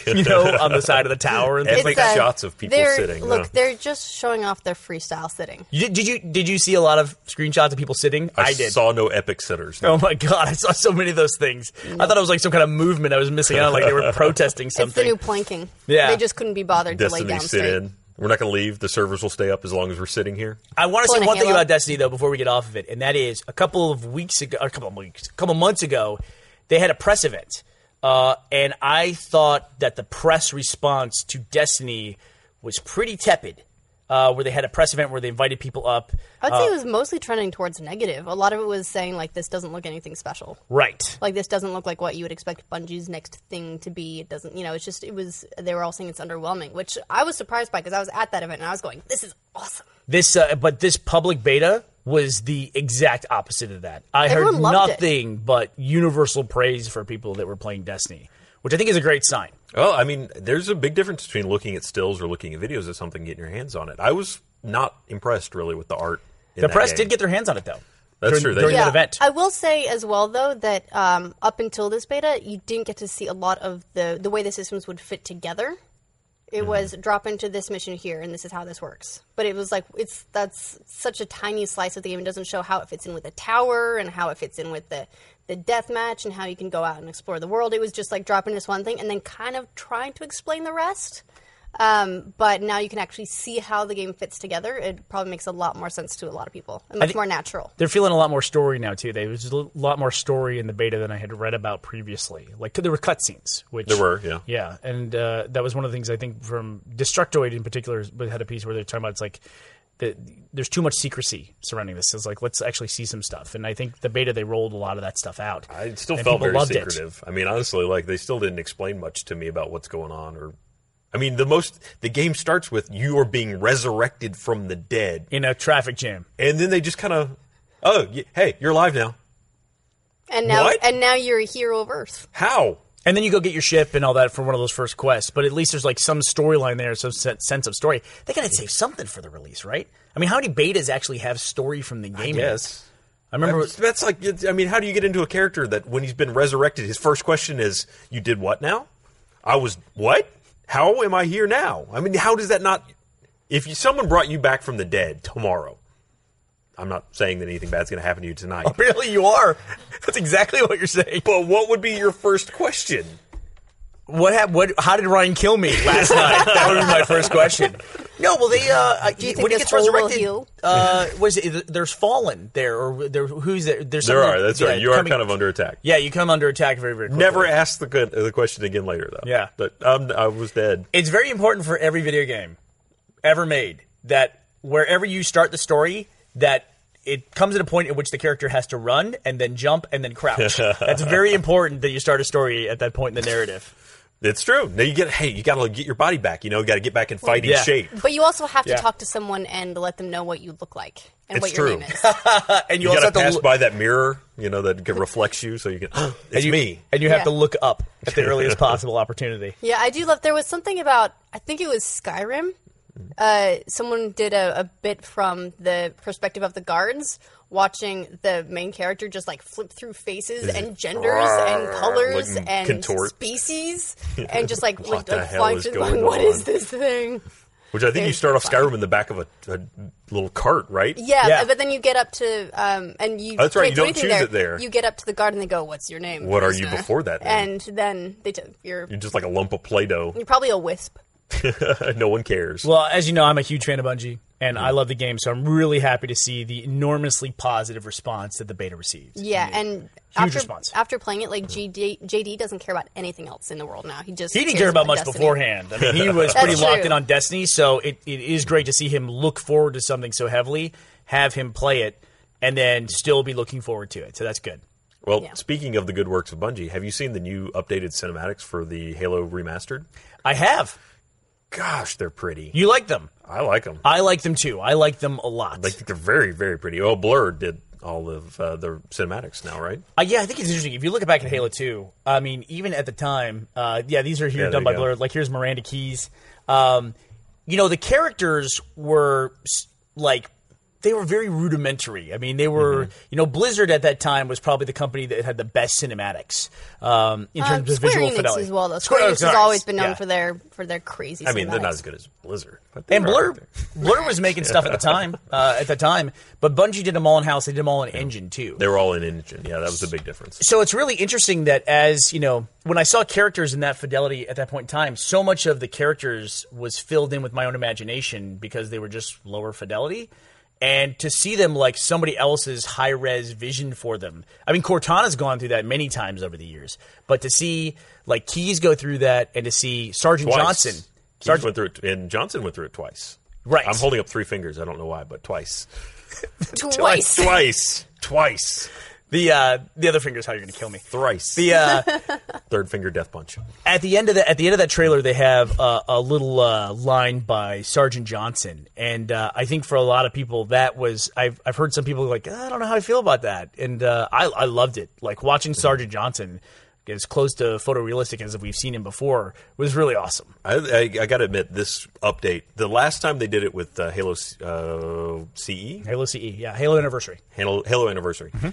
Speaker 4: you know, on the side of the tower. And things.
Speaker 2: Epic
Speaker 3: uh,
Speaker 2: shots of people
Speaker 3: they're-
Speaker 2: sitting.
Speaker 3: Look,
Speaker 2: huh?
Speaker 3: they're just showing off their freestyle sitting.
Speaker 4: Did, did you did you see a lot of screenshots of people sitting?
Speaker 2: I,
Speaker 4: did.
Speaker 2: saw no epic sitters.
Speaker 4: oh my god, I saw so many of those things. I thought it was like some kind of movement I was missing out, on, like they were protesting
Speaker 3: It's the
Speaker 4: something.
Speaker 3: new planking.
Speaker 4: Yeah.
Speaker 3: They just couldn't be bothered to lay
Speaker 2: Destiny
Speaker 3: down
Speaker 2: sit
Speaker 3: straight.
Speaker 2: in. We're not going to leave. The servers will stay up as long as we're sitting here.
Speaker 4: I want to
Speaker 3: Pulling
Speaker 4: say
Speaker 3: a
Speaker 4: one thing
Speaker 3: halo.
Speaker 4: about Destiny though before we get off of it, and that is a couple of weeks ago, or a couple of weeks, a couple of months ago, they had a press event, uh, and I thought that the press response to Destiny was pretty tepid. Uh, where they had a press event where they invited people up.
Speaker 3: I would say it was mostly trending towards negative. A lot of it was saying like this doesn't look anything special.
Speaker 4: Right.
Speaker 3: Like this doesn't look like what you would expect Bungie's next thing to be. It doesn't, you know. It's just it was. They were all saying it's underwhelming, which I was surprised by because I was at that event and I was going, "This is awesome."
Speaker 4: This, uh, but this public beta was the exact opposite of that. I heard
Speaker 3: Everyone loved it.
Speaker 4: nothing but universal praise for people that were playing Destiny, which I think is a great sign.
Speaker 2: Well, Oh, I mean, there's a big difference between looking at stills or looking at videos of something, getting your hands on it. I was not impressed really with the art. in
Speaker 4: The
Speaker 2: that
Speaker 4: press
Speaker 2: game.
Speaker 4: did get their hands on it though.
Speaker 2: That's
Speaker 4: during,
Speaker 2: true. They
Speaker 4: During
Speaker 2: did.
Speaker 4: that event,
Speaker 3: I will say as well though that um, up until this beta, you didn't get to see a lot of the the way the systems would fit together. It
Speaker 4: Mm-hmm.
Speaker 3: was drop into this mission here, and this is how this works. But it was like it's that's such a tiny slice of the game. It doesn't show how it fits in with the tower and how it fits in with the the death match and how you can go out and explore the world. It was just like dropping this one thing and then kind of trying to explain the rest. Um, but now you can actually see how the game fits together. It probably makes a lot more sense to a lot of people and much
Speaker 4: thi-
Speaker 3: more natural.
Speaker 4: they're feeling a lot more story now too. There was a l- lot more story in the beta than I had read about previously. Like there were cutscenes, which
Speaker 2: There were, yeah.
Speaker 4: yeah, and uh, that was one of the things I think from Destructoid in particular is- had a piece where they're talking about it's like the, there's too much secrecy surrounding this. It's like let's actually see some stuff, and I think the beta they rolled a lot of that stuff out.
Speaker 2: I still
Speaker 4: and
Speaker 2: felt
Speaker 4: people
Speaker 2: very
Speaker 4: loved it.
Speaker 2: secretive. I mean, honestly, like they still didn't explain much to me about what's going on. Or, I mean, the most the game starts with you are being resurrected from the dead,
Speaker 4: in a traffic jam.
Speaker 2: and then they just kind of, oh, y- hey, you're alive now.
Speaker 3: And now,
Speaker 2: What?
Speaker 3: and now you're a hero of Earth.
Speaker 2: How?
Speaker 4: And then you go get your ship and all that for one of those first quests. But at least there's like some storyline there, some se- sense of story. They gotta save something for the release, right? I mean, how many betas actually have story from the game? in it?
Speaker 2: Yes.
Speaker 4: I remember.
Speaker 2: That's like, it's- I mean, how do you get into a character that when he's been resurrected, his first question is, "You did what now? I was what? How am I here now? I mean, how does that not? If you, someone brought you back from the dead tomorrow, I'm not saying that anything bad's going to happen to you tonight.
Speaker 4: Really, you are. That's exactly what you're saying.
Speaker 2: But what would be your first question?
Speaker 4: What happened? What? How did Ryan kill me last night? That would be my first question. No, well, they. Uh, Do
Speaker 3: you think this hole will heal?
Speaker 4: Uh, was it? There's fallen there, or there, who's there? There's
Speaker 2: There
Speaker 4: something-
Speaker 2: are. That's
Speaker 4: yeah,
Speaker 2: right. You are
Speaker 4: coming-
Speaker 2: kind of under attack.
Speaker 4: Yeah, you come under attack very, very. Quickly.
Speaker 2: Never ask the good, the question again later though.
Speaker 4: Yeah.
Speaker 2: But um, I was dead.
Speaker 4: it's very important for every video game ever made that wherever you start the story that it comes at a point at which the character has to run and then jump and then crouch. That's very important that you start a story at that point in the narrative.
Speaker 2: It's true. Now you get hey, you got to get your body back. You know, you got to get back in fighting
Speaker 4: Yeah.
Speaker 2: shape.
Speaker 3: But you also have to
Speaker 4: Yeah.
Speaker 3: talk to someone and let them know what you look like and
Speaker 2: It's
Speaker 3: what your
Speaker 2: true.
Speaker 3: name is.
Speaker 4: Uh, And you,
Speaker 2: You,
Speaker 4: also
Speaker 2: got
Speaker 4: have
Speaker 2: to
Speaker 4: to
Speaker 2: pass
Speaker 4: look,
Speaker 2: by that mirror. You know that reflects you, so you can. it's
Speaker 4: you-
Speaker 2: me.
Speaker 4: and you have
Speaker 3: Yeah.
Speaker 4: to look up at the earliest possible opportunity.
Speaker 3: yeah, I do love. There was something about I think it was Skyrim. Uh, someone did a, a bit from the perspective of the guards watching the main character just like flip through faces and genders and colors
Speaker 2: Like,
Speaker 3: and
Speaker 2: contort.
Speaker 3: species and just like
Speaker 2: What
Speaker 3: like,
Speaker 2: the
Speaker 3: like
Speaker 2: hell
Speaker 3: flying
Speaker 2: is
Speaker 3: through the-
Speaker 2: going
Speaker 3: what
Speaker 2: on?
Speaker 3: is this thing?
Speaker 2: Which I think you
Speaker 3: There's
Speaker 2: start off
Speaker 3: fun.
Speaker 2: Skyrim in the back of a, a little cart, right?
Speaker 3: Yeah,
Speaker 4: Yeah.
Speaker 3: but then you get up to um, and you.
Speaker 2: Oh, that's right, you
Speaker 3: can't do
Speaker 2: don't
Speaker 3: anything
Speaker 2: choose
Speaker 3: there.
Speaker 2: it there.
Speaker 3: You get up to the guard and they go, "What's your name?"
Speaker 2: What are you
Speaker 3: prisoner?"
Speaker 2: before that, then?
Speaker 3: And then they t- you're
Speaker 2: You're just like a lump of Play-Doh.
Speaker 3: you're probably a wisp.
Speaker 2: no one cares.
Speaker 4: Well, as you know, I'm a huge fan of Bungie, and
Speaker 2: Mm-hmm.
Speaker 4: I love the game, so I'm really happy to see the enormously positive response that the beta received.
Speaker 2: Mm-hmm.
Speaker 3: Yeah, and after
Speaker 4: response.
Speaker 3: after playing it, like GD, JD doesn't care about anything else in the world now. He just
Speaker 4: He didn't
Speaker 3: cares
Speaker 4: care about much
Speaker 3: Destiny.
Speaker 4: beforehand. I mean, he was pretty
Speaker 3: That's
Speaker 4: locked
Speaker 3: true.
Speaker 4: in on Destiny, so it, it is great to see him look forward to something so heavily, have him play it, and then still be looking forward to it. So that's good.
Speaker 2: Well,
Speaker 3: Yeah.
Speaker 2: speaking of the good works of Bungie, have you seen the new updated cinematics for the Halo remastered?
Speaker 4: I have.
Speaker 2: Gosh, they're pretty.
Speaker 4: You like them.
Speaker 2: I like them.
Speaker 4: I like them too. I like them a lot.
Speaker 2: I think they're very, very pretty. Oh, Blur did all of uh, the cinematics now, right?
Speaker 4: Uh, yeah, I think it's interesting. If you look back at Halo 2, I mean, even at the time, uh, yeah, these are here
Speaker 2: Yeah,
Speaker 4: done
Speaker 2: there
Speaker 4: by
Speaker 2: you go.
Speaker 4: Blur. Like, here's Miranda Keys. Um, you know, the characters were s- like, they were very rudimentary. I mean, they were,
Speaker 2: Mm-hmm.
Speaker 4: you know, Blizzard at that time was probably the company that had the best cinematics um, in
Speaker 3: Um,
Speaker 4: terms of
Speaker 3: Square
Speaker 4: visual
Speaker 3: Enix
Speaker 4: fidelity.
Speaker 3: as well, though.
Speaker 4: Square Oh,
Speaker 3: Square Enix has
Speaker 4: sorry.
Speaker 3: always been known
Speaker 4: Yeah.
Speaker 3: for their for their crazy.
Speaker 2: I mean, they're not
Speaker 3: cinematics.
Speaker 2: as good as Blizzard, but
Speaker 4: And
Speaker 2: they're all
Speaker 4: Blur,
Speaker 2: right there.
Speaker 4: Blur was making stuff at the time, uh, at the time. But Bungie did them all in house. They did them all in engine too.
Speaker 2: They were all in engine. Yeah, that was the big difference.
Speaker 4: so it's really interesting that as you know when i saw characters in that fidelity at that point in time so much of the characters was filled in with my own imagination because they were just lower fidelity and to see them like somebody else's high res vision for them i mean cortana's gone through that many times over the years but to see like keys go through that and to see sergeant
Speaker 2: Twice.
Speaker 4: johnson
Speaker 2: Sarge went through it, and Johnson went through it twice.
Speaker 4: Right.
Speaker 2: I'm holding up three fingers. I don't know why, but twice.
Speaker 3: twice.
Speaker 2: Twice. Twice.
Speaker 4: the uh the other finger's how you're gonna kill me
Speaker 2: Thrice.
Speaker 4: the uh
Speaker 2: Third finger death punch.
Speaker 4: at the end of the at the end of that trailer, they have uh, a little uh, line by Sergeant Johnson, and uh, I think for a lot of people that was I've I've heard some people like I don't know how I feel about that, and uh, I I loved it. Like watching Sergeant Johnson as close to photorealistic as we've seen him before was really awesome.
Speaker 2: I, I, I got to admit, this update, the last time they did it with uh, Halo uh, CE,
Speaker 4: Halo CE, yeah, Halo Anniversary.
Speaker 2: Halo, Halo Anniversary,
Speaker 4: Mm-hmm.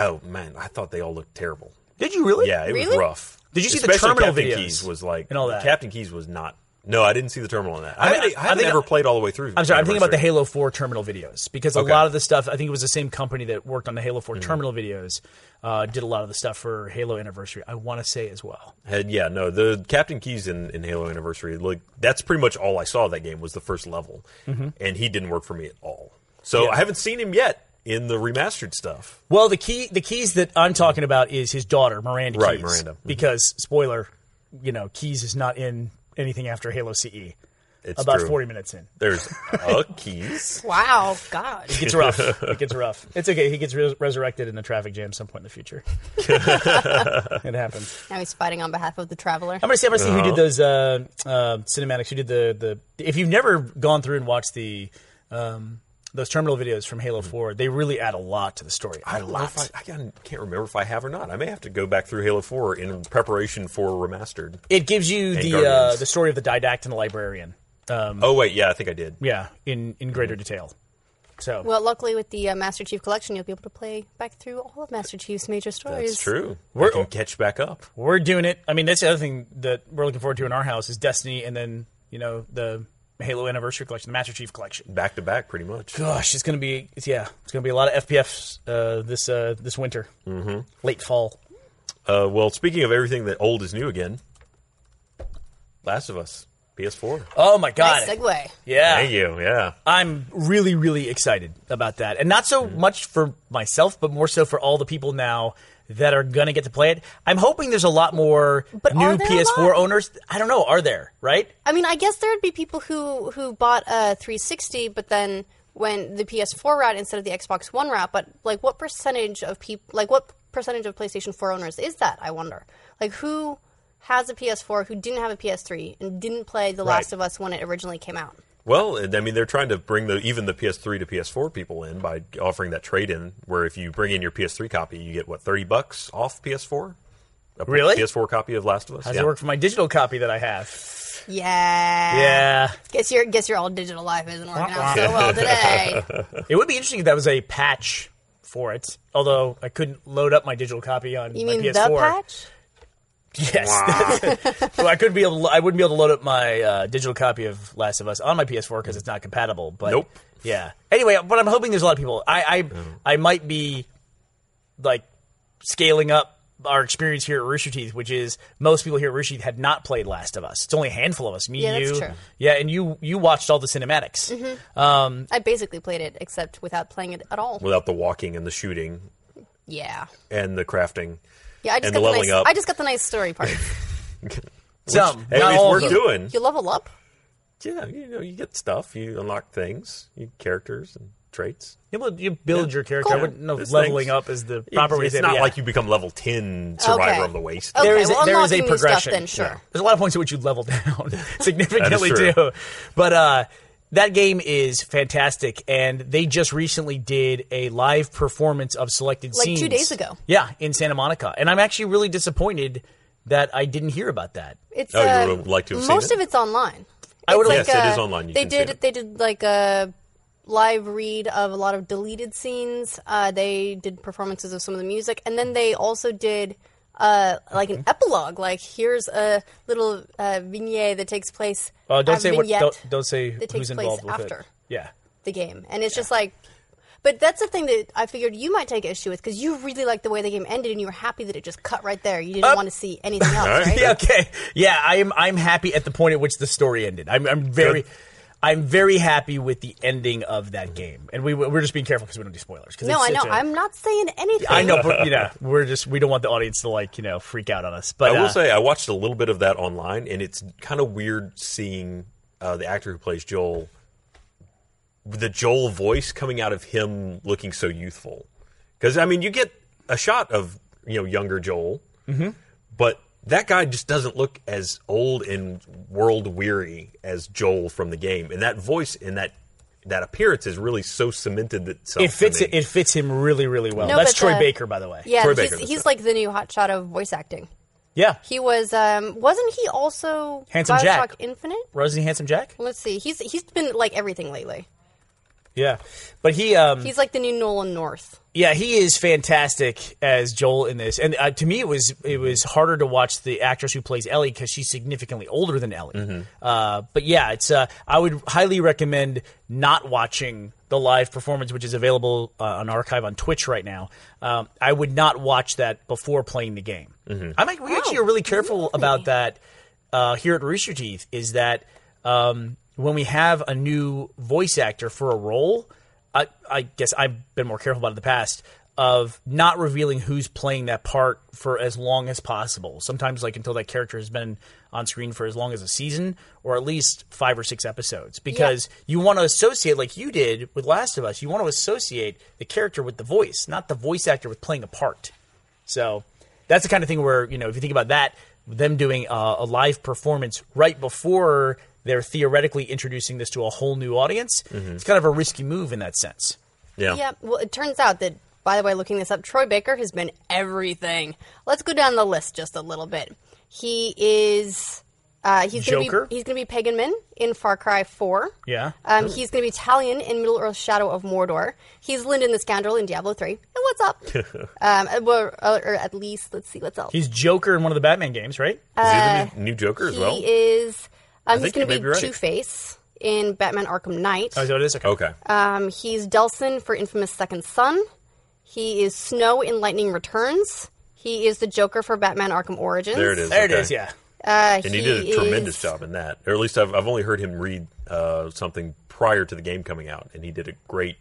Speaker 2: oh man, I thought they all looked terrible.
Speaker 4: Did you really?
Speaker 2: Yeah, it was
Speaker 3: Really?
Speaker 2: rough.
Speaker 4: Did you see the
Speaker 2: Especially
Speaker 4: terminal
Speaker 2: Captain
Speaker 4: videos
Speaker 2: Keys was like
Speaker 4: and all that?
Speaker 2: Captain Keys was not. No, I didn't see the terminal on that. I,
Speaker 4: I mean,
Speaker 2: haven't- I,
Speaker 4: I
Speaker 2: haven't
Speaker 4: think-
Speaker 2: ever played all the way through.
Speaker 4: I'm sorry, I'm thinking about the
Speaker 2: Anniversary.
Speaker 4: Halo 4 terminal videos because a
Speaker 2: Okay. Mm-hmm.
Speaker 4: lot of the stuff, I think it was the same company that worked on the Halo 4 terminal videos, uh, did a lot of the stuff for Halo Anniversary, I want to say as well.
Speaker 2: Had- yeah, no, the Captain Keys in, in Halo Anniversary, like that's pretty much all I saw of that game was the first level,
Speaker 4: Mm-hmm.
Speaker 2: and he didn't work for me at all. So I haven't seen him yet in the remastered stuff.
Speaker 4: Well, the key the keys that I'm talking about is his daughter Miranda.
Speaker 2: Right,
Speaker 4: Keys,
Speaker 2: Miranda. Mhm.
Speaker 4: Because spoiler, you know, Keys is not in anything after Halo CE.
Speaker 2: It's
Speaker 4: about
Speaker 2: true.
Speaker 4: 40 minutes in,
Speaker 2: There's a Keys.
Speaker 3: Wow, God.
Speaker 4: it gets rough. it gets rough. It's okay. He gets res- resurrected in a traffic jam some point in the future. it happens.
Speaker 3: now he's fighting on behalf of the traveler.
Speaker 4: I'm gonna see. I'm gonna see
Speaker 2: Oh.
Speaker 4: who did those uh, uh, cinematics. Who did the the? If you've never gone through and watched the. Um, those terminal videos from Halo 4, they really add a lot to the story.
Speaker 2: Mm. I
Speaker 4: A
Speaker 2: don't know
Speaker 4: lot.
Speaker 2: if I, I can't can't remember if I have or not. I may have to go back through Halo 4 in preparation for remastered.
Speaker 4: It gives you the uh,
Speaker 2: Guardians.
Speaker 4: the story of the didact and the librarian. Mm.
Speaker 2: Oh wait, yeah, I think I did.
Speaker 4: yeah, in in greater detail. So
Speaker 3: Well, luckily with the uh, Master Chief Collection, you'll be able to play back through all of Master Chief's major stories.
Speaker 2: That's true. We
Speaker 4: We're-
Speaker 2: can catch back up.
Speaker 4: we're doing it. I mean, that's the other thing that we're looking forward to in our house is Destiny, and then you know the Halo Anniversary Collection, the Master Chief Collection.
Speaker 2: Back to back pretty much.
Speaker 4: Gosh, it's gonna be it's, yeah, it's gonna be a lot of FPFs uh, this uh, this winter, mm-hmm. late fall.
Speaker 2: Uh, well, speaking of everything that old is new again. Last of Us PS4.
Speaker 4: Oh my god!
Speaker 3: Nice segue.
Speaker 4: yeah,
Speaker 2: Thank you. Yeah.
Speaker 4: I'm really, really excited about that. And not so much for myself, but more so for all the people now that are going to get to play it. I'm hoping there's a lot more
Speaker 3: But
Speaker 4: new
Speaker 3: are there a
Speaker 4: PS4
Speaker 3: lot?
Speaker 4: owners. I don't know. Are there, right?
Speaker 3: I mean, I guess there would be people who who bought a 360, but then went the PS4 route instead of the Xbox One route. But like, what percentage of people, like, what percentage of PlayStation 4 owners is that? I wonder. Like, who has a PS4 who didn't have a PS3 and didn't play The Last of Us when it originally came out?
Speaker 2: Well, and, I mean, they're trying to bring the even the PS3 to PS4 people in by offering that trade in, where if you bring in your PS3 copy, you get what thirty bucks off PS4. A
Speaker 4: Really?
Speaker 2: PS4 copy of Last of Us.
Speaker 4: Does
Speaker 2: yeah.
Speaker 4: it work for my digital copy that I have?
Speaker 3: Yeah.
Speaker 4: Yeah.
Speaker 3: Guess your guess your old digital life isn't working out so well today.
Speaker 4: It would be interesting if that was a patch for it. Although I couldn't load up my digital copy on
Speaker 3: You
Speaker 4: my
Speaker 3: mean the
Speaker 4: PS4.
Speaker 3: patch?
Speaker 4: Yes, that's- well, I could be able. To, I wouldn't be able to load up my uh, digital copy of Last of Us on my PS4 because it's not compatible. But
Speaker 2: Nope. Oh.
Speaker 4: Yeah. Anyway, but I'm hoping there's a lot of people. I I, I might be like scaling up our experience here at Rooster Teeth, which is most people here at Rooster Teeth have not played Last of Us. It's only a handful of us. Me,
Speaker 3: Yeah, that's
Speaker 4: you,
Speaker 3: true.
Speaker 4: yeah, and you you watched all the cinematics.
Speaker 3: I basically played it except without playing it at all.
Speaker 2: without the walking and the shooting
Speaker 3: Yeah.
Speaker 2: and the crafting.
Speaker 4: Mm-hmm.
Speaker 3: Yeah, I just
Speaker 2: And
Speaker 3: got the
Speaker 2: leveling
Speaker 3: nice
Speaker 2: up.
Speaker 3: I just got the nice story part.
Speaker 4: Some,
Speaker 2: Hey,
Speaker 4: not
Speaker 2: it's
Speaker 4: all of
Speaker 2: worth
Speaker 4: them.
Speaker 2: doing.
Speaker 3: you level up?
Speaker 2: Yeah, you know, you get stuff, you unlock things, you characters and traits.
Speaker 4: Yeah, well, you build your character. I
Speaker 3: Cool.
Speaker 4: wouldn't know if
Speaker 2: There's
Speaker 4: leveling
Speaker 2: things.
Speaker 4: up is the proper way to
Speaker 2: it's
Speaker 4: say it, but
Speaker 2: not
Speaker 4: yeah.
Speaker 2: like you become level ten survivor
Speaker 3: Okay.
Speaker 2: of the waste.
Speaker 3: Okay,
Speaker 4: there is
Speaker 3: well,
Speaker 4: a, there is a
Speaker 3: unlocking new
Speaker 4: progression.
Speaker 3: Stuff, then sure.
Speaker 4: There's a lot of points at which you level down significantly
Speaker 2: That is
Speaker 4: too. But uh, that game is fantastic, and they just recently did a live performance of selected
Speaker 3: Like two
Speaker 4: scenes
Speaker 3: days ago.
Speaker 4: Yeah, in Santa Monica, and I'm actually really disappointed that I didn't hear about that.
Speaker 3: It's
Speaker 2: Oh, you
Speaker 3: uh,
Speaker 2: would've liked to have seen
Speaker 3: most
Speaker 2: it?
Speaker 3: of it's online.
Speaker 4: I would've-
Speaker 3: It's
Speaker 2: Yes, it
Speaker 3: uh,
Speaker 2: is online. You
Speaker 3: they
Speaker 2: can see
Speaker 3: did
Speaker 2: it.
Speaker 3: they did like a live read of a lot of deleted scenes. Uh, they did performances of some of the music, and then they also did. Uh, like an epilogue, like here's a little uh, vignette that takes place.
Speaker 4: Uh, don't
Speaker 3: a
Speaker 4: say what.
Speaker 3: vignette
Speaker 4: Don't, don't say
Speaker 3: that
Speaker 4: who's
Speaker 3: takes place
Speaker 4: involved with it.
Speaker 3: after.
Speaker 4: Yeah.
Speaker 3: the game. And it's just like, but that's the thing that I figured you might take issue with because you really liked the way the game ended and you were happy that it just cut right there. You didn't want to see anything else, right?
Speaker 4: Yeah, okay. Yeah, I'm I'm happy at the point at which the story ended. I'm I'm very
Speaker 2: Good.
Speaker 4: I'm very happy with the ending of that game. And we we're just being careful because we don't do spoilers. 'cause
Speaker 3: No,
Speaker 4: it's-
Speaker 3: I know.
Speaker 4: it's a-
Speaker 3: I'm not saying anything.
Speaker 4: I know, but you know, we're just we don't want the audience to like you know freak out on us. But
Speaker 2: I
Speaker 4: uh,
Speaker 2: will say I watched a little bit of that online, and it's kind of weird seeing uh, the actor who plays Joel, the Joel voice coming out of him looking so youthful. Because I mean, you get a shot of you know younger Joel,
Speaker 4: Mm-hmm.
Speaker 2: but that guy just doesn't look as old and world weary as Joel from the game, and that voice and that that appearance is really so cemented that
Speaker 4: it fits it, it fits him really really well.
Speaker 3: No,
Speaker 4: That's
Speaker 3: but,
Speaker 4: Troy
Speaker 3: uh,
Speaker 4: Baker, by the way.
Speaker 3: Yeah,
Speaker 2: Troy
Speaker 3: he's,
Speaker 2: Baker, that's
Speaker 3: he's
Speaker 2: it.
Speaker 3: like the new hotshot of voice acting.
Speaker 4: yeah.
Speaker 3: He was, um, wasn't he also
Speaker 4: Handsome
Speaker 3: Bioshock
Speaker 4: Jack.
Speaker 3: Infinite?
Speaker 4: Rosie Handsome Jack.
Speaker 3: Let's see. He's he's been like everything lately.
Speaker 4: Yeah, but he um
Speaker 3: He's like the new Nolan North.
Speaker 4: yeah he is fantastic as Joel in this. And uh, to me, it was it was harder to watch the actress who plays Ellie because she's significantly older than Ellie. Uh, but yeah, it's uh, I would highly recommend not watching the live performance, which is available uh, on archive on Twitch right now. Um, I would not watch that before playing the game. I'm like, we actually are really careful about that uh, here at Rooster Teeth. Is that um, when we have a new voice actor for a role, I, I guess I've been more careful about it in the past of not revealing who's playing that part for as long as possible. Sometimes, like until that character has been on screen for as long as a season or at least five or six episodes, because you want to associate, like you did with Last of Us, you want to associate the character with the voice, not the voice actor with playing a part. So that's the kind of thing where you know if you think about that, them doing uh, a live performance right before they're theoretically introducing this to a whole new audience,
Speaker 2: Mm-hmm.
Speaker 4: it's kind of a risky move in that sense.
Speaker 2: yeah.
Speaker 3: Yeah. Well, it turns out that, by the way, looking this up, Troy Baker has been everything. Let's go down the list just a little bit. He is. Uh, he's gonna
Speaker 4: Joker?
Speaker 3: be he's gonna be Paganman in Far Cry Four.
Speaker 4: Yeah.
Speaker 3: Um, he's gonna be Talion in Middle Earth: Shadow of Mordor. He's Lyndon the Scoundrel in Diablo Three. And what's up? um, uh, well, or, or at least let's see what's up.
Speaker 4: He's Joker in one of the Batman games, right?
Speaker 2: Is he the new, new Joker as
Speaker 3: Uh, he
Speaker 2: well?
Speaker 3: is. Um, he's
Speaker 2: think
Speaker 3: gonna
Speaker 2: you may
Speaker 3: be
Speaker 2: be right.
Speaker 3: Two Face in Batman: Arkham Knight.
Speaker 4: oh, is that what it is? Okay.
Speaker 2: okay,
Speaker 3: Um, he's Delson for Infamous Second Son. He is Snow in Lightning Returns. He is the Joker for Batman Arkham Origins.
Speaker 2: there it is.
Speaker 4: There
Speaker 2: okay.
Speaker 4: it is. Yeah.
Speaker 3: Uh,
Speaker 2: And he, did a
Speaker 3: is-
Speaker 2: tremendous job in that, or at least I've, I've only heard him read uh, something prior to the game coming out, and he did a great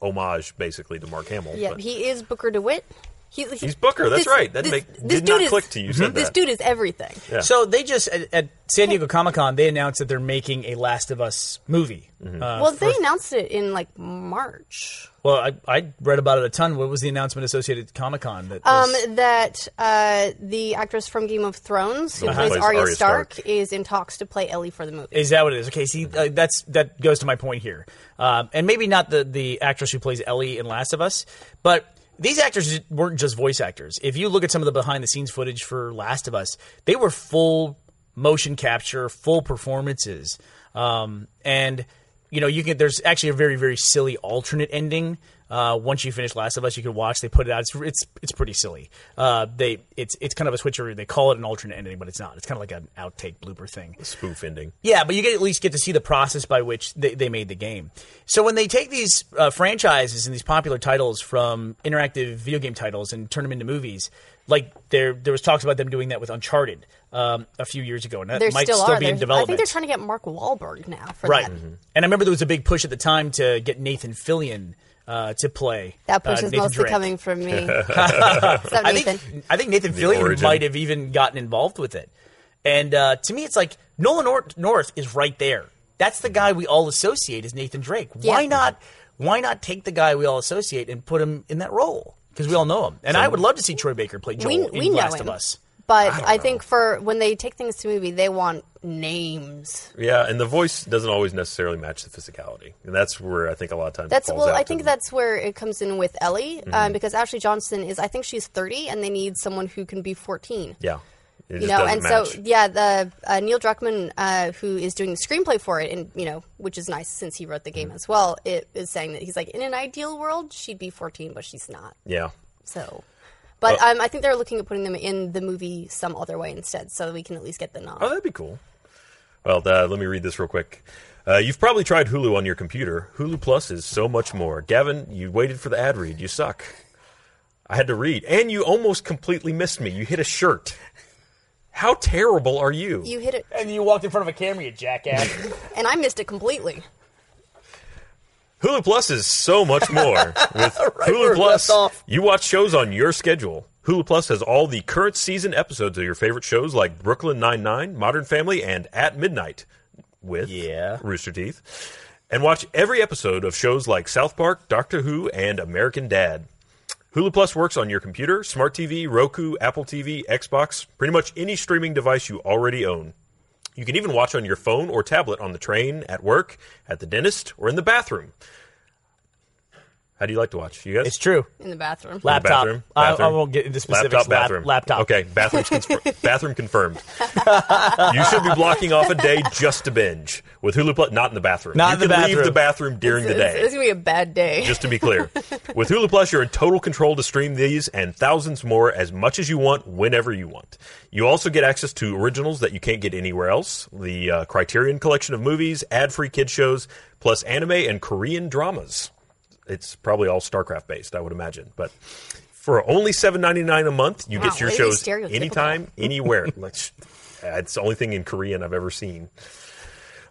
Speaker 2: homage, basically, to Mark Hamill.
Speaker 3: Yeah,
Speaker 2: but-
Speaker 3: he is Booker DeWitt. He, he-
Speaker 2: He's Booker, that's right. That make- did not
Speaker 3: is-
Speaker 2: click to you, you said
Speaker 3: This
Speaker 2: that.
Speaker 3: dude is everything.
Speaker 2: Yeah.
Speaker 4: So they just at, at San Diego Comic Con they announced that they're making a Last of Us movie.
Speaker 2: Mm-hmm.
Speaker 4: Uh,
Speaker 3: well, they announced it in like March.
Speaker 4: well, I, I read about it a ton. What was the announcement associated with Comic Con? That
Speaker 3: Um,
Speaker 4: was,
Speaker 3: that uh, the actress from Game of Thrones, who
Speaker 2: Uh-huh.
Speaker 3: plays,
Speaker 2: Plays
Speaker 3: Arya,
Speaker 2: Arya
Speaker 3: Stark,
Speaker 2: Stark.
Speaker 3: is in talks to play Ellie for the movie.
Speaker 4: Is that what it is? Okay, see, uh, that's that goes to my point here, um, and maybe not the the actress who plays Ellie in Last of Us, but these actors weren't just voice actors. If you look at some of the behind the scenes footage for Last of Us, they were full motion capture, full performances, um, and you know you can. There's actually a very very silly alternate ending. uh, Uh, once you finish Last of Us, you can watch. They put it out. It's it's, it's pretty silly. Uh, they it's it's kind of a switcheroo. They call it an alternate ending, but it's not. It's kind of like an outtake blooper thing.
Speaker 2: Spoof ending.
Speaker 4: Yeah, but you get at least get to see the process by which they, they made the game. So when they take these uh, franchises and these popular titles from interactive video game titles and turn them into movies, like there there was talks about them doing that with Uncharted um, a few years ago, and that
Speaker 3: There
Speaker 4: might
Speaker 3: still, are.
Speaker 4: be
Speaker 3: There's-
Speaker 4: in
Speaker 3: I
Speaker 4: development.
Speaker 3: think they're trying to get Mark Wahlberg now for
Speaker 4: right,
Speaker 3: that.
Speaker 2: Mm-hmm.
Speaker 4: and I remember there was a big push at the time to get Nathan Fillion uh, to play
Speaker 3: That
Speaker 4: uh,
Speaker 3: push is
Speaker 4: Nathan
Speaker 3: mostly
Speaker 4: Drake.
Speaker 3: coming from me. What's up,
Speaker 4: I
Speaker 3: Nathan?
Speaker 4: think I think Nathan Fillion
Speaker 2: origin.
Speaker 4: might have even gotten involved with it. And uh, to me, it's like Nolan Nor- North is right there. That's the guy we all associate as Nathan Drake. Why
Speaker 3: Yeah.
Speaker 4: not? Why not take the guy we all associate and put him in that role? Because we all know him. And I would love to see Troy Baker play
Speaker 3: we
Speaker 4: Joel
Speaker 3: we
Speaker 4: in
Speaker 3: know
Speaker 4: Last
Speaker 3: him,
Speaker 4: of Us.
Speaker 3: but I, think for when they take things to movie, they want names.
Speaker 2: Yeah, and the voice doesn't always necessarily match the physicality, and that's where I think a lot of times it
Speaker 3: That's
Speaker 2: falls
Speaker 3: well,
Speaker 2: out
Speaker 3: I
Speaker 2: to
Speaker 3: think
Speaker 2: the-
Speaker 3: that's where it comes in with Ellie um, because Ashley Johnson is. I think she's thirty, and they need someone who can be fourteen.
Speaker 2: yeah, it
Speaker 3: You
Speaker 2: just
Speaker 3: know,
Speaker 2: doesn't
Speaker 3: and
Speaker 2: match.
Speaker 3: so yeah, the uh, Neil Druckmann, uh, who is doing the screenplay for it, and you know, which is nice since he wrote the game as well, it is saying that he's like, in an ideal world, she'd be 14, but she's not.
Speaker 2: yeah,
Speaker 3: So, but um, I think they're looking at putting them in the movie some other way instead, so we can at least get the nod.
Speaker 2: Oh, that'd be cool. Well, uh, let me read this real quick. Uh, you've probably tried Hulu on your computer. Hulu Plus is so much more. Gavin, you waited for the ad read. You suck. I had to read, and you almost completely missed me. You hit a shirt. How terrible are you?
Speaker 3: You hit it,
Speaker 4: And you walked in front of a camera, you jackass.
Speaker 3: and I missed it completely.
Speaker 2: Hulu Plus is so much more. With
Speaker 4: where
Speaker 2: Hulu
Speaker 4: we
Speaker 2: Plus,
Speaker 4: left off.
Speaker 2: you watch shows on your schedule. Hulu Plus has all the current season episodes of your favorite shows like Brooklyn Nine-Nine, Modern Family, and At Midnight with
Speaker 4: Yeah.
Speaker 2: Rooster Teeth. And watch every episode of shows like South Park, Doctor Who, and American Dad. Hulu Plus works on your computer, smart TV, Roku, Apple TV, Xbox, pretty much any streaming device you already own. You can even watch on your phone or tablet on the train, at work, at the dentist, or in the bathroom. How do you like to watch? You guys?
Speaker 4: it's true.
Speaker 3: In the bathroom.
Speaker 4: Laptop.
Speaker 2: Bathroom?
Speaker 4: I- I,
Speaker 2: Bathroom?
Speaker 4: won't get into specifics.
Speaker 2: Laptop,
Speaker 4: Lap-
Speaker 2: bathroom.
Speaker 4: laptop.
Speaker 2: Okay, bathroom's consp- bathroom confirmed. you should be blocking off a day just to binge with Hulu Plus. Not in the bathroom.
Speaker 4: Not
Speaker 2: you
Speaker 4: in the
Speaker 2: can leave
Speaker 4: bathroom.
Speaker 2: the bathroom during the
Speaker 3: It's-
Speaker 2: day.
Speaker 3: It's, gonna be a bad day.
Speaker 2: just to be clear, with Hulu Plus, you're in total control to stream these and thousands more as much as you want, whenever you want. You also get access to originals that you can't get anywhere else, the uh, Criterion collection of movies, ad-free kid shows, plus anime and Korean dramas. It's probably all StarCraft based, I would imagine, but. For only seven ninety nine a month, you
Speaker 3: Wow,
Speaker 2: get your
Speaker 3: way to be
Speaker 2: shows
Speaker 3: stereotypical.
Speaker 2: anytime, anywhere. Like, sh- it's the only thing in Korean I've ever seen.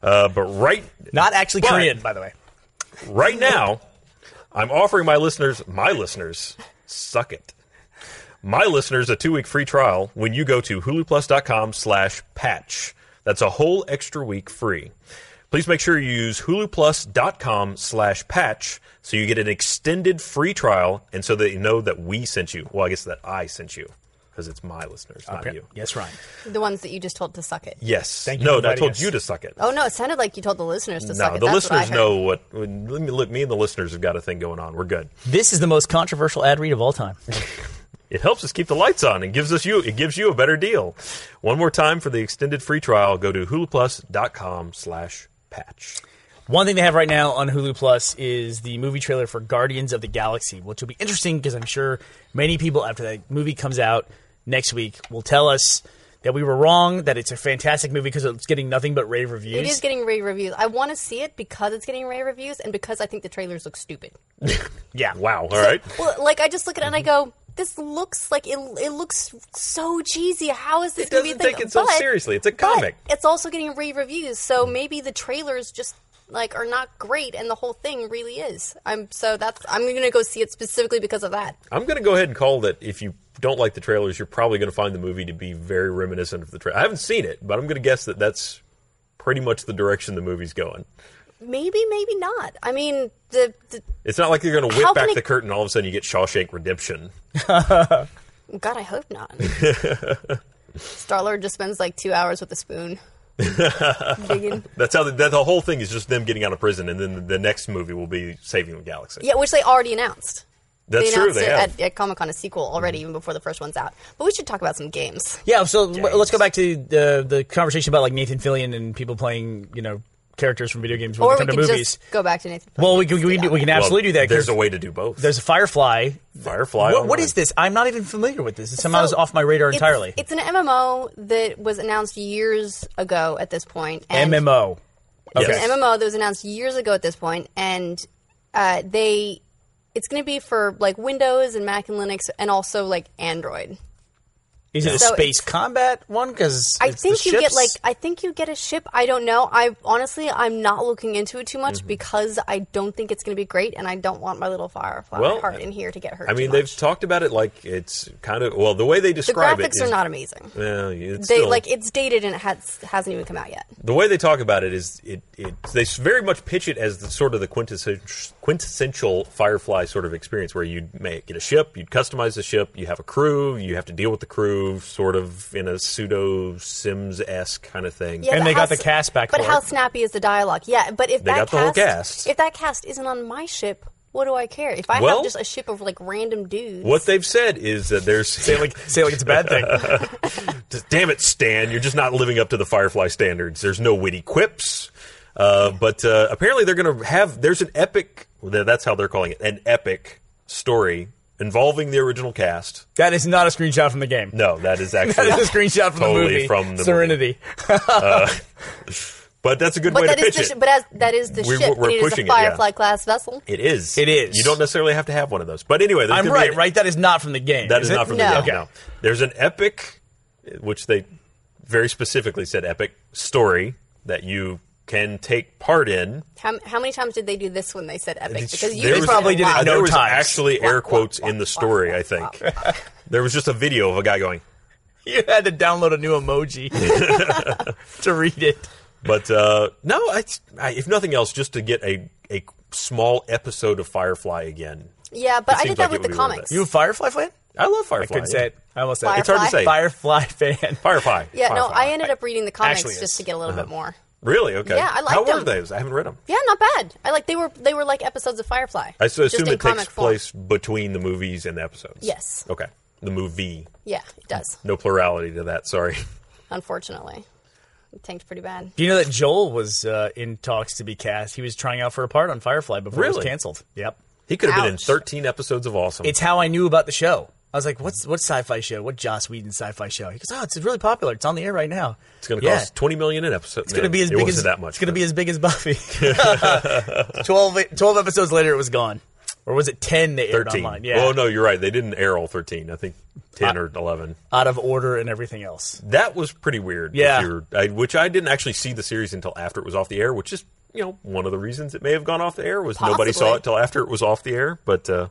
Speaker 2: Uh, but right,
Speaker 4: Not actually
Speaker 2: But-
Speaker 4: Korean, by the way.
Speaker 2: right now, I'm offering my listeners, my listeners, suck it. My listeners a two-week free trial when you go to huluplus.com slash patch. That's a whole extra week free. Please make sure you use huluplus.com slash patch so you get an extended free trial and so that you know that we sent you. Well, I guess that I sent you because it's my listeners, not you.
Speaker 4: Yes, Ryan.
Speaker 3: the ones that you just told to suck it.
Speaker 2: Yes.
Speaker 4: Thank you
Speaker 2: no,
Speaker 4: for
Speaker 2: I
Speaker 4: inviting
Speaker 2: told
Speaker 4: us.
Speaker 2: you to suck it.
Speaker 3: Oh no, it sounded like you told the listeners to suck
Speaker 2: no,
Speaker 3: it.
Speaker 2: the
Speaker 3: That's what I
Speaker 2: listeners
Speaker 3: heard.
Speaker 2: know what. Let me, let me and the listeners have got a thing going on. We're good.
Speaker 4: This is the most controversial ad read of all time.
Speaker 2: It helps us keep the lights on and gives us you it gives you a better deal. One more time for the extended free trial, go to huluplus.com slash patch.
Speaker 4: One thing they have right now on Hulu Plus is the movie trailer for Guardians of the Galaxy, which will be interesting because I'm sure many people after that movie comes out next week will tell us that we were wrong, that it's a fantastic movie because it's getting nothing but rave reviews.
Speaker 3: It is getting rave reviews. I want to see it because it's getting rave reviews and because I think the trailers look stupid.
Speaker 4: yeah.
Speaker 2: Wow, all right.
Speaker 3: Well, like I just look at it and I go, "This looks like it. It looks so cheesy. How is this
Speaker 2: It
Speaker 3: going to be a
Speaker 2: doesn't
Speaker 3: thing?"
Speaker 2: take itself
Speaker 3: But-
Speaker 2: seriously. It's a
Speaker 3: but
Speaker 2: comic.
Speaker 3: it's also getting rave reviews, so maybe the trailers just like are not great, and the whole thing really is. I'm so that's I'm going to go see it specifically because of that.
Speaker 2: I'm gonna go ahead and call that if you don't like the trailers, you're probably gonna find the movie to be very reminiscent of the trailer. I haven't seen it, but I'm gonna guess that that's pretty much the direction the movie's going.
Speaker 3: Maybe, maybe not. I mean, the, the
Speaker 2: It's not like you're gonna
Speaker 3: How
Speaker 2: whip
Speaker 3: can
Speaker 2: back
Speaker 3: it-
Speaker 2: the curtain all of a sudden you get Shawshank Redemption.
Speaker 3: God, I hope not. Star Lord just spends like two hours with a spoon. Digging.
Speaker 2: That's how the, that the whole thing is just them getting out of prison and then the, the next movie will be saving the galaxy.
Speaker 3: Yeah, which they already announced.
Speaker 2: that's
Speaker 3: they
Speaker 2: true,
Speaker 3: announced
Speaker 2: they
Speaker 3: it
Speaker 2: have.
Speaker 3: at, at Comic Con a sequel already, even before the first one's out. But we should talk about some games.
Speaker 4: Yeah, so l- let's go back to the the conversation about like Nathan Fillion and people playing, you know, characters from video games when
Speaker 3: Or
Speaker 4: they
Speaker 3: we
Speaker 4: come to
Speaker 3: could
Speaker 4: movies.
Speaker 3: just go back to Nathan. Fillion.
Speaker 4: well, we can,
Speaker 3: Yeah.
Speaker 4: we, can do- we can absolutely do that. 'cause
Speaker 2: There's a way to do both.
Speaker 4: There's a Firefly.
Speaker 2: Firefly.
Speaker 4: What,
Speaker 2: Online.
Speaker 4: what is this? I'm not even familiar with this. It somehow is
Speaker 3: So,
Speaker 4: off my radar
Speaker 3: it's-
Speaker 4: entirely.
Speaker 3: It's, an MMO that was announced years ago at this point. And
Speaker 4: MMO.
Speaker 2: Yes.
Speaker 3: It's an MMO that was announced years ago at this point, and uh, they it's going to be for like Windows and Mac and Linux, and also like Android.
Speaker 4: Is it a
Speaker 3: So
Speaker 4: space combat one? Because
Speaker 3: I think you get like I think you get a ship. I don't know. I honestly I'm not looking into it too much
Speaker 2: Mm-hmm.
Speaker 3: because I don't think it's going to be great, and I don't want my little firefly
Speaker 2: Well,
Speaker 3: heart in here to get hurt.
Speaker 2: I
Speaker 3: too
Speaker 2: mean,
Speaker 3: much.
Speaker 2: they've talked about it like it's kind of well. The way they
Speaker 3: the
Speaker 2: describe it
Speaker 3: graphics
Speaker 2: is
Speaker 3: are not amazing.
Speaker 2: Well, it's
Speaker 3: They
Speaker 2: still-
Speaker 3: like it's dated and it has, hasn't even come out yet.
Speaker 2: the way they talk about it is it, it they very much pitch it as the sort of the quintessential, quintessential Firefly sort of experience where you may get a ship, you'd customize the ship, you have a crew, you have to deal with the crew, sort of in a pseudo Sims esque kind of thing.
Speaker 3: Yeah,
Speaker 4: And
Speaker 3: but
Speaker 4: they got
Speaker 3: how
Speaker 4: the
Speaker 3: s-
Speaker 4: cast back
Speaker 3: But
Speaker 4: for
Speaker 3: how
Speaker 4: it.
Speaker 3: snappy is the dialogue? Yeah, but if
Speaker 2: They
Speaker 3: that
Speaker 2: got the whole cast.
Speaker 3: if that cast isn't on my ship, what do I care? If I
Speaker 2: Well-
Speaker 3: have just a ship of like random dudes,
Speaker 2: What they've said is that there's
Speaker 4: say like say like it's a bad thing.
Speaker 2: Just, damn it, Stan, you're just not living up to the Firefly standards. There's no witty quips. Uh, but uh, apparently, they're going to have. There's an epic. th- That's how they're calling it. An epic story involving the original cast.
Speaker 4: that is not a screenshot from the game.
Speaker 2: No, that is actually
Speaker 4: That is a screenshot from
Speaker 2: totally
Speaker 4: the movie
Speaker 2: from the
Speaker 4: Serenity.
Speaker 2: movie. But that's a good
Speaker 3: but
Speaker 2: way to
Speaker 3: that is
Speaker 2: pitch
Speaker 3: the
Speaker 2: it.
Speaker 3: sh- but as, that is the
Speaker 2: We-
Speaker 3: ship.
Speaker 2: we're
Speaker 3: and it is
Speaker 2: pushing
Speaker 3: a
Speaker 2: it, yeah.
Speaker 3: Firefly class vessel.
Speaker 2: it is.
Speaker 4: It is.
Speaker 2: You don't necessarily have to have one of those. But anyway, there's
Speaker 4: I'm
Speaker 2: gonna be
Speaker 4: right,
Speaker 2: an-
Speaker 4: right? That is not from the game.
Speaker 2: That is,
Speaker 4: it?
Speaker 2: not from
Speaker 3: No.
Speaker 2: the game.
Speaker 3: Okay.
Speaker 2: No. There's an epic, which they very specifically said epic story that you can take part in.
Speaker 3: How, how many times did they do this when they said epic?
Speaker 2: It's-
Speaker 3: Because you
Speaker 2: there
Speaker 3: just
Speaker 2: was-
Speaker 3: said
Speaker 4: probably did it
Speaker 3: wow.
Speaker 4: in no
Speaker 2: There was
Speaker 4: times.
Speaker 2: actually air quotes in the story. I think there was just a video of a guy going.
Speaker 4: You had to download a new emoji to read it.
Speaker 2: But uh, no, it's, I, if nothing else, just to get a a small episode of Firefly again.
Speaker 3: Yeah, but
Speaker 2: It
Speaker 3: I
Speaker 2: seems
Speaker 3: did that
Speaker 2: like it
Speaker 3: with the
Speaker 2: would be worth
Speaker 3: comics.
Speaker 2: it.
Speaker 4: You a Firefly fan?
Speaker 2: I love
Speaker 4: I
Speaker 2: Firefly.
Speaker 4: couldn't say it. I almost said it.
Speaker 2: It's hard to say.
Speaker 4: Firefly fan.
Speaker 2: Firefly.
Speaker 3: yeah, no,
Speaker 2: Firefly.
Speaker 3: I ended up reading the comics
Speaker 4: Actually,
Speaker 3: just
Speaker 4: it's-
Speaker 3: to get a little
Speaker 2: Uh-huh.
Speaker 3: bit more.
Speaker 2: really okay.
Speaker 3: Yeah, I liked
Speaker 2: How were
Speaker 3: them.
Speaker 2: those? I haven't read them.
Speaker 3: Yeah, not bad. I like they were they were like episodes of Firefly.
Speaker 2: I s-
Speaker 3: just
Speaker 2: assume
Speaker 3: in
Speaker 2: it
Speaker 3: comic
Speaker 2: takes
Speaker 3: form.
Speaker 2: place between the movies and the episodes.
Speaker 3: Yes.
Speaker 2: Okay. The movie.
Speaker 3: Yeah, it does.
Speaker 2: No plurality to that. Sorry.
Speaker 3: Unfortunately, it tanked pretty bad.
Speaker 4: Do you know that Joel was uh, in talks to be cast? He was trying out for a part on Firefly before it was
Speaker 2: Really?
Speaker 4: canceled. Yep.
Speaker 2: He could have been in
Speaker 3: Ouch.
Speaker 2: 13 episodes of Awesome.
Speaker 4: It's how I knew about the show. I was like, "What's what sci-fi show? What Joss Whedon sci-fi show?" He goes, "Oh, it's really popular. It's on the air right now.
Speaker 2: It's going to
Speaker 4: Yeah.
Speaker 2: cost 20 million an episode.
Speaker 4: It's gonna be as big as
Speaker 2: that much.
Speaker 4: It's gonna
Speaker 2: but-
Speaker 4: be as big as Buffy. 12, 12 episodes later, it was gone, or was it ten? They aired
Speaker 2: 13.
Speaker 4: online. Yeah,
Speaker 2: Oh no, you're right. They didn't air all 13. I think 10 or 11.
Speaker 4: out of order and everything else.
Speaker 2: That was pretty weird. if
Speaker 4: Yeah.
Speaker 2: you're- I, which I didn't actually see the series until after it was off the air, which is you know one of the reasons it may have gone off the air was nobody saw
Speaker 3: Possibly.
Speaker 2: it till after it was off the air. But uh,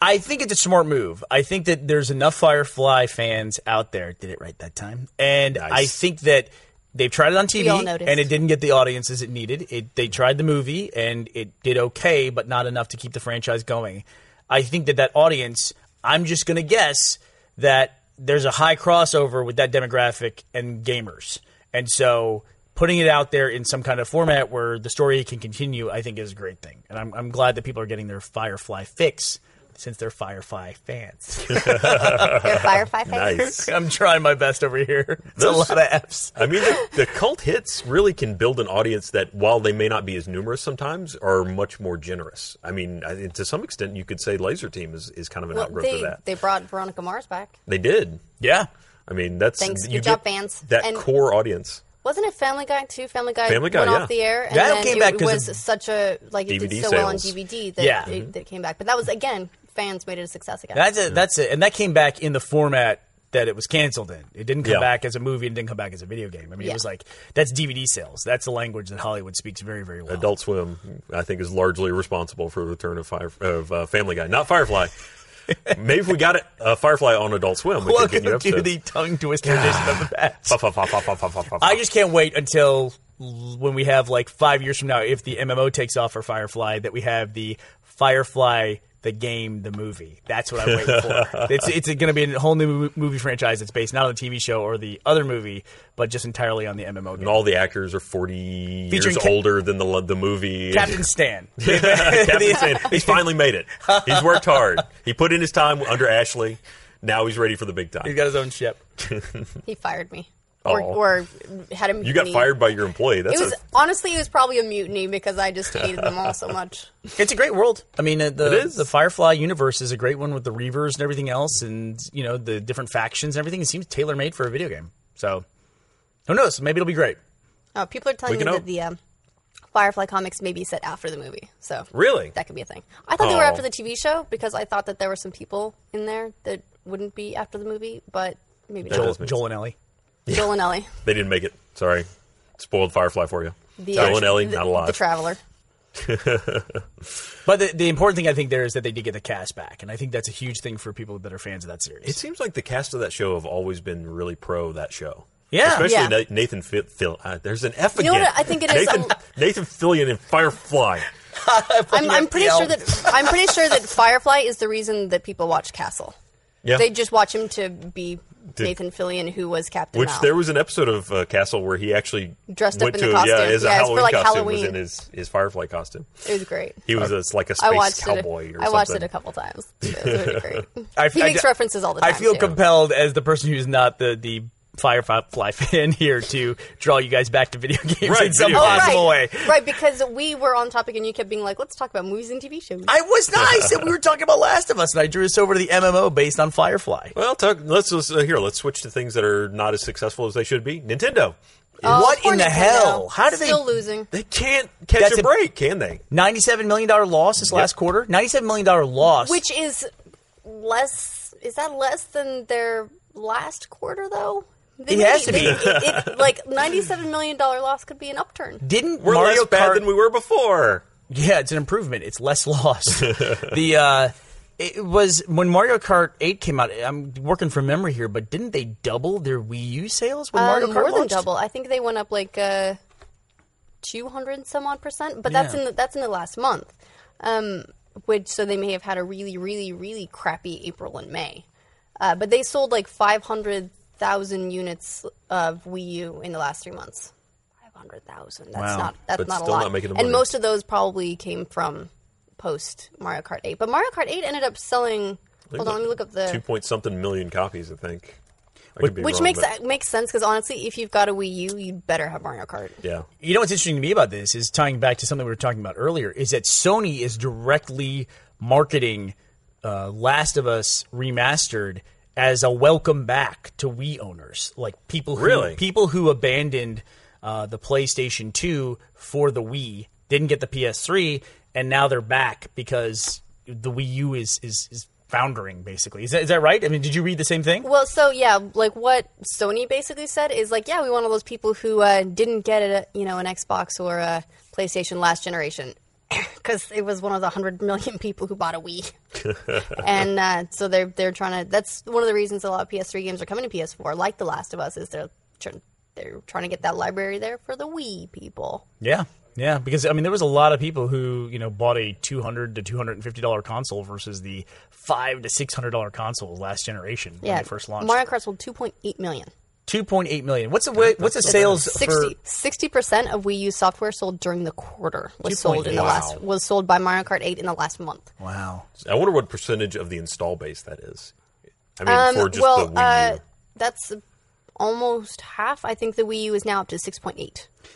Speaker 4: I think it's a smart move. I think that there's enough Firefly fans out there did it right that time, and I think that they've tried it on TV
Speaker 3: all noticed.
Speaker 4: and it didn't get the audiences it needed. It, they tried the movie and it did okay, but not enough to keep the franchise going. I think that that audience, I'm just going to guess that there's a high crossover with that demographic and gamers, and so. Putting it out there in some kind of format where the story can continue, I think, is a great thing, and I'm, I'm glad that people are getting their Firefly fix since they're Firefly fans.
Speaker 3: They're Firefly fans.
Speaker 2: nice.
Speaker 4: I'm trying my best over here. It's a
Speaker 2: Those-
Speaker 4: lot of F's.
Speaker 2: I mean, the, the cult hits really can build an audience that, while they may not be as numerous sometimes, are much more generous. I mean, I, to some extent, you could say Laser Team is, is kind of an
Speaker 3: Well,
Speaker 2: outgrowth
Speaker 3: they
Speaker 2: of that.
Speaker 3: they brought Veronica Mars back.
Speaker 2: They did.
Speaker 4: Yeah.
Speaker 2: I mean, that's
Speaker 3: Thanks.
Speaker 2: you
Speaker 3: Good
Speaker 2: get
Speaker 3: job, fans.
Speaker 2: That
Speaker 3: And-
Speaker 2: core audience.
Speaker 3: Wasn't it Family Guy too? Family Guy,
Speaker 2: Family Guy,
Speaker 3: went
Speaker 2: yeah.
Speaker 3: off the air, and
Speaker 4: That
Speaker 3: then
Speaker 4: came
Speaker 3: it
Speaker 4: back 'cause
Speaker 3: was
Speaker 4: of
Speaker 3: such a like it
Speaker 2: DVD
Speaker 3: did so well on
Speaker 2: sales.
Speaker 3: DVD that,
Speaker 4: Yeah.
Speaker 3: it, that it came back. But that was again fans made it a success again.
Speaker 4: That's it. That's it. And that came back in the format that it was canceled in. It didn't come
Speaker 2: Yeah.
Speaker 4: back as a movie and didn't come back as a video game. I mean, it
Speaker 3: Yeah.
Speaker 4: was like that's DVD sales. That's the language that Hollywood speaks very, very well.
Speaker 2: Adult Swim, I think, is largely responsible for the return of Fire, of uh, Family Guy, not Firefly. Maybe if we got it, uh, Firefly on Adult Swim, we could get
Speaker 4: Welcome
Speaker 2: new
Speaker 4: to
Speaker 2: episodes.
Speaker 4: the tongue twister edition of the past.
Speaker 2: Fa- fa- fa- fa- fa- fa- fa- fa-
Speaker 4: I just can't wait until l- when we have like five years from now, if the MMO takes off for Firefly, that we have the Firefly the game, the movie. That's what I'm waiting for. It's it's going to be a whole new mo- movie franchise that's based not on the TV show or the other movie, but just entirely on the MMO game.
Speaker 2: and all the actors are forty
Speaker 4: Featuring
Speaker 2: years
Speaker 4: Cap-
Speaker 2: older than the the movie.
Speaker 4: Captain Stan.
Speaker 2: Captain Sand. He's finally made it. He's worked hard. He put in his time under Ashley. Now he's ready for the big
Speaker 4: He's
Speaker 2: time.
Speaker 4: got his own ship.
Speaker 3: he fired me. or,
Speaker 2: Oh.
Speaker 3: or had a mutiny.
Speaker 2: You got fired by your employee. That's
Speaker 3: It was
Speaker 2: a,
Speaker 3: honestly, it was probably a mutiny because I just hated them all so much.
Speaker 4: It's a great world. I mean, uh,
Speaker 2: It
Speaker 4: the
Speaker 2: is.
Speaker 4: the Firefly universe is a great one with the Reavers and everything else, and you know the different factions and everything. It seems tailor made for a video game. So who knows? Maybe it'll be great.
Speaker 3: Uh, people are
Speaker 2: We
Speaker 3: telling me
Speaker 2: can
Speaker 3: that
Speaker 2: hope.
Speaker 3: the um, Firefly comics may be set after the movie, so
Speaker 2: Really?
Speaker 3: that could be a thing. I thought they were
Speaker 2: Oh.
Speaker 3: after the TV show because I thought that there were some people in there that wouldn't be after the movie, but maybe
Speaker 2: That
Speaker 3: not.
Speaker 4: Joel,
Speaker 2: does make
Speaker 4: Joel and Ellie.
Speaker 3: Joel and Ellie,
Speaker 2: they didn't make it. Sorry, spoiled Firefly for you.
Speaker 3: the
Speaker 2: Joel and Ellie
Speaker 3: the-
Speaker 2: not alive.
Speaker 3: the Traveler.
Speaker 4: But the, the important thing I think there is that they did get the cast back, and I think that's a huge thing for people that are fans of that series.
Speaker 2: It seems like the cast of that show have always been really pro that show.
Speaker 4: Yeah.
Speaker 2: especially
Speaker 3: Yeah.
Speaker 2: Na- Nathan Fi- Phil. Uh, there's an F
Speaker 3: You know
Speaker 2: again.
Speaker 3: what I think it is?
Speaker 2: Nathan, Nathan Fillion in Firefly.
Speaker 3: I'm, I'm pretty sure that I'm pretty sure that Firefly is the reason that people watch Castle.
Speaker 2: Yeah,
Speaker 3: They just watch him to be
Speaker 2: Did-
Speaker 3: Nathan Fillion, who was Captain.
Speaker 2: which
Speaker 3: Mao.
Speaker 2: there was an episode of uh, Castle where he actually
Speaker 3: Dressed up
Speaker 2: went
Speaker 3: in
Speaker 2: to
Speaker 3: the
Speaker 2: a- yeah,
Speaker 3: costume.
Speaker 2: his uh,
Speaker 3: Yeah, it's for,
Speaker 2: Halloween
Speaker 3: like,
Speaker 2: costume was
Speaker 3: Halloween.
Speaker 2: in his his Firefly costume.
Speaker 3: it was great.
Speaker 2: He was a, like a
Speaker 3: I
Speaker 2: space
Speaker 3: watched
Speaker 2: cowboy
Speaker 3: it.
Speaker 2: or
Speaker 3: I watched it
Speaker 2: something.
Speaker 3: a couple times. It was really great.
Speaker 4: I-
Speaker 3: he
Speaker 4: I-
Speaker 3: makes references all the time.
Speaker 4: I feel
Speaker 3: too.
Speaker 4: compelled as the person who's not the the Firefly fan here to draw you guys back to video games
Speaker 2: Right,
Speaker 4: in some
Speaker 2: video games.
Speaker 4: possible
Speaker 3: Oh, right.
Speaker 4: way.
Speaker 3: Right, because we were on topic and you kept being like, let's talk about movies and TV shows.
Speaker 4: I was nice, and we were talking about Last of Us, and I drew us over to the MMO based on Firefly.
Speaker 2: Well, talk, let's, let's uh, here. Let's switch to things that are not as successful as they should be. Nintendo.
Speaker 4: what
Speaker 3: poor
Speaker 4: in the
Speaker 3: Nintendo.
Speaker 4: hell? How do they?
Speaker 3: Still losing.
Speaker 2: They can't catch
Speaker 4: That's
Speaker 2: a
Speaker 4: a-
Speaker 2: break, can they?
Speaker 4: Ninety-seven million dollar loss this last quarter. Ninety-seven million dollar loss.
Speaker 3: Which is less, is that less than their last quarter though? They-
Speaker 4: It has to
Speaker 3: they-
Speaker 4: be.
Speaker 3: it- it- like $97 million loss could be an upturn.
Speaker 4: didn't
Speaker 2: We're
Speaker 4: Mario
Speaker 2: less bad
Speaker 4: Kart?
Speaker 2: than we were before.
Speaker 4: Yeah, it's an improvement. It's less loss. the uh, it was when Mario Kart Eight came out. I'm working from memory here, but didn't they double their Wii U sales
Speaker 2: Uh,
Speaker 4: when Mario
Speaker 3: Um,
Speaker 4: Kart
Speaker 3: more than
Speaker 4: launched?
Speaker 3: double. I think they went up like uh, two hundred and some odd percent, but that's
Speaker 4: Yeah.
Speaker 3: in the, that's in the last month. Um, which so they may have had a really, really, really crappy April and May, uh, but they sold like five hundred thousand units of Wii U in the last three months. Five hundred thousand. That's
Speaker 4: Wow.
Speaker 3: not that's
Speaker 2: But
Speaker 3: not a
Speaker 2: still
Speaker 3: lot.
Speaker 2: not making the
Speaker 3: and
Speaker 2: money.
Speaker 3: most of those probably came from post Mario Kart Eight, but Mario Kart Eight ended up selling. Hold on, let me look up the
Speaker 2: two point something million copies. I think. I could be
Speaker 3: which
Speaker 2: wrong,
Speaker 3: makes
Speaker 2: but-
Speaker 3: makes sense because honestly, if you've got a Wii U, you'd better have Mario Kart.
Speaker 2: yeah.
Speaker 4: You know what's interesting to me about this is tying back to something we were talking about earlier is that Sony is directly marketing uh, Last of Us Remastered as a welcome back to Wii owners, like people who,
Speaker 2: Really?
Speaker 4: people who abandoned uh, the PlayStation 2 for the Wii, didn't get the PS3, and now they're back because the Wii U is is, is foundering basically. Is that, is that right? I mean, did you read the same thing?
Speaker 3: Well, so yeah, like what Sony basically said is like, yeah, we want all those people who uh, didn't get a you know an Xbox or a PlayStation last generation because it was one of the hundred million people who bought a Wii, and uh, so they're they're trying to. That's one of the reasons a lot of PS3 games are coming to PS4, like The Last of Us, is they're tr- they're trying to get that library there for the Wii people.
Speaker 4: Yeah, yeah. Because I mean, there was a lot of people who you know bought a two hundred to two hundred and fifty dollar console versus the five to six hundred dollar console last generation when
Speaker 3: Yeah,
Speaker 4: they first launched.
Speaker 3: Mario Kart sold two point eight million.
Speaker 4: two point eight million. What's the wa- what's the sales for?
Speaker 3: 60 percent of Wii U software sold during the quarter was sold in the
Speaker 4: Wow.
Speaker 3: last was sold by Mario Kart 8 in the last month.
Speaker 4: Wow.
Speaker 2: I wonder what percentage of the install base that is. I mean, for just
Speaker 3: Um, well,
Speaker 2: the Wii U.
Speaker 3: Uh, that's almost half. I think the Wii U is now up to 6.8. Or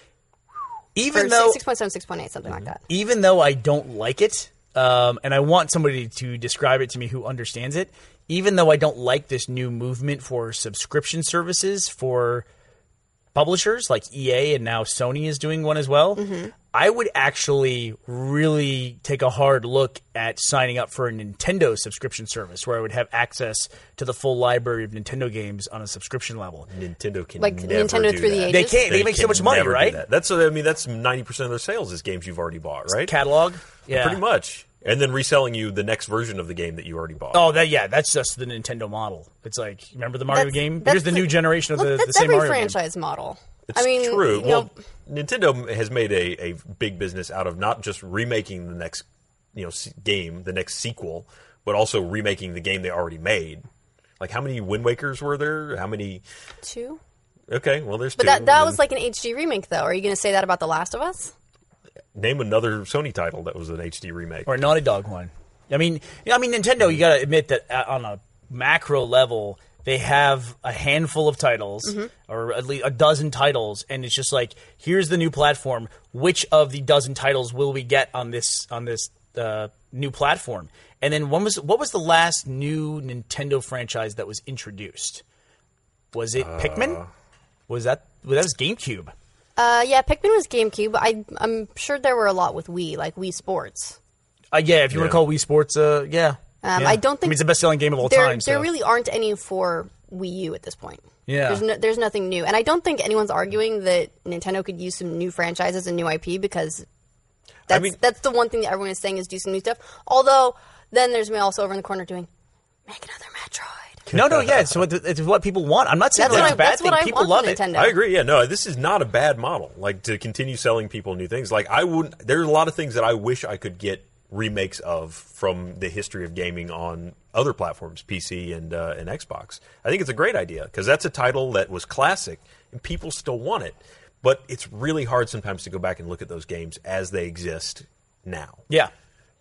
Speaker 4: Even
Speaker 3: si-
Speaker 4: though
Speaker 3: 6.7, 6.8, something like that.
Speaker 4: even though I don't like it, um, and I want somebody to describe it to me who understands it, even though I don't like this new movement for subscription services for publishers like EA and now Sony is doing one as well, I would actually really take a hard look at signing up for a Nintendo subscription service where I would have access to the full library of Nintendo games on a subscription level.
Speaker 2: Nintendo can
Speaker 3: Like
Speaker 2: never
Speaker 3: Nintendo
Speaker 2: do
Speaker 3: through the
Speaker 2: that.
Speaker 3: ages.
Speaker 4: They can't. They, make so
Speaker 2: can
Speaker 4: much money,
Speaker 2: never do
Speaker 4: right?
Speaker 2: that. That's I mean, that's ninety percent of their sales is games you've already bought, right?
Speaker 4: Catalog, yeah,
Speaker 2: Pretty much, and then reselling you the next version of the game that you already bought.
Speaker 4: Oh, that yeah, that's just the Nintendo model. It's like remember the Mario
Speaker 3: That's-
Speaker 4: game?
Speaker 3: that's
Speaker 4: Here's the new generation of
Speaker 3: look,
Speaker 4: the,
Speaker 3: that's
Speaker 4: the same
Speaker 3: every
Speaker 4: Mario game.
Speaker 3: franchise model.
Speaker 2: It's
Speaker 3: I mean,
Speaker 2: true.
Speaker 3: you know,
Speaker 2: well, Nintendo has made a, a big business out of not just remaking the next you know se- game, the next sequel, but also remaking the game they already made. Like how many Wind Wakers were there? How many?
Speaker 3: two.
Speaker 2: Okay, well there's
Speaker 3: But
Speaker 2: two.
Speaker 3: that, that
Speaker 2: And
Speaker 3: was like an HD remake, though. Are you going to say that about The Last of Us?
Speaker 2: name another Sony title that was an HD remake.
Speaker 4: or a Naughty Dog one. I mean, I mean Nintendo. You got to admit that uh, on a macro level, They have a handful of titles,
Speaker 3: Mm-hmm.
Speaker 4: or at least a dozen titles, and it's just like, here's the new platform. Which of the dozen titles will we get on this on this uh, new platform? And then when was what was the last new Nintendo franchise that was introduced? Was it Pikmin? Was that well, that was GameCube?
Speaker 3: Uh, yeah, Pikmin was GameCube. I, I'm sure there were a lot with Wii, like Wii Sports.
Speaker 4: Uh, yeah, if you want to
Speaker 2: Yeah.
Speaker 4: call Wii Sports, uh, yeah.
Speaker 3: Um,
Speaker 4: Yeah.
Speaker 3: I don't think
Speaker 4: mean, it's the best-selling game of all
Speaker 3: there,
Speaker 4: time.
Speaker 3: There
Speaker 4: so.
Speaker 3: really aren't any for Wii U at this point.
Speaker 4: Yeah.
Speaker 3: there's no, there's nothing new, and I don't think anyone's arguing that Nintendo could use some new franchises and new IP because that's
Speaker 2: mean-
Speaker 3: that's the one thing that everyone is saying is do some new stuff. Although then there's me also over in the corner doing make another Metroid.
Speaker 4: no, no, yeah. So it's what people want. I'm not saying
Speaker 3: That's what
Speaker 4: that's,
Speaker 3: I,
Speaker 4: a bad
Speaker 3: that's
Speaker 4: thing.
Speaker 3: what I
Speaker 4: people
Speaker 3: want
Speaker 4: love
Speaker 3: from
Speaker 4: it.
Speaker 3: Nintendo.
Speaker 2: I agree. Yeah, no, this is not a bad model. Like to continue selling people new things. Like I wouldn't. There's a lot of things that I wish I could get remakes of from the history of gaming on other platforms, PC and uh, and Xbox. I think it's a great idea because that's a title that was classic and people still want it. But it's really hard sometimes to go back and look at those games as they exist now.
Speaker 4: Yeah,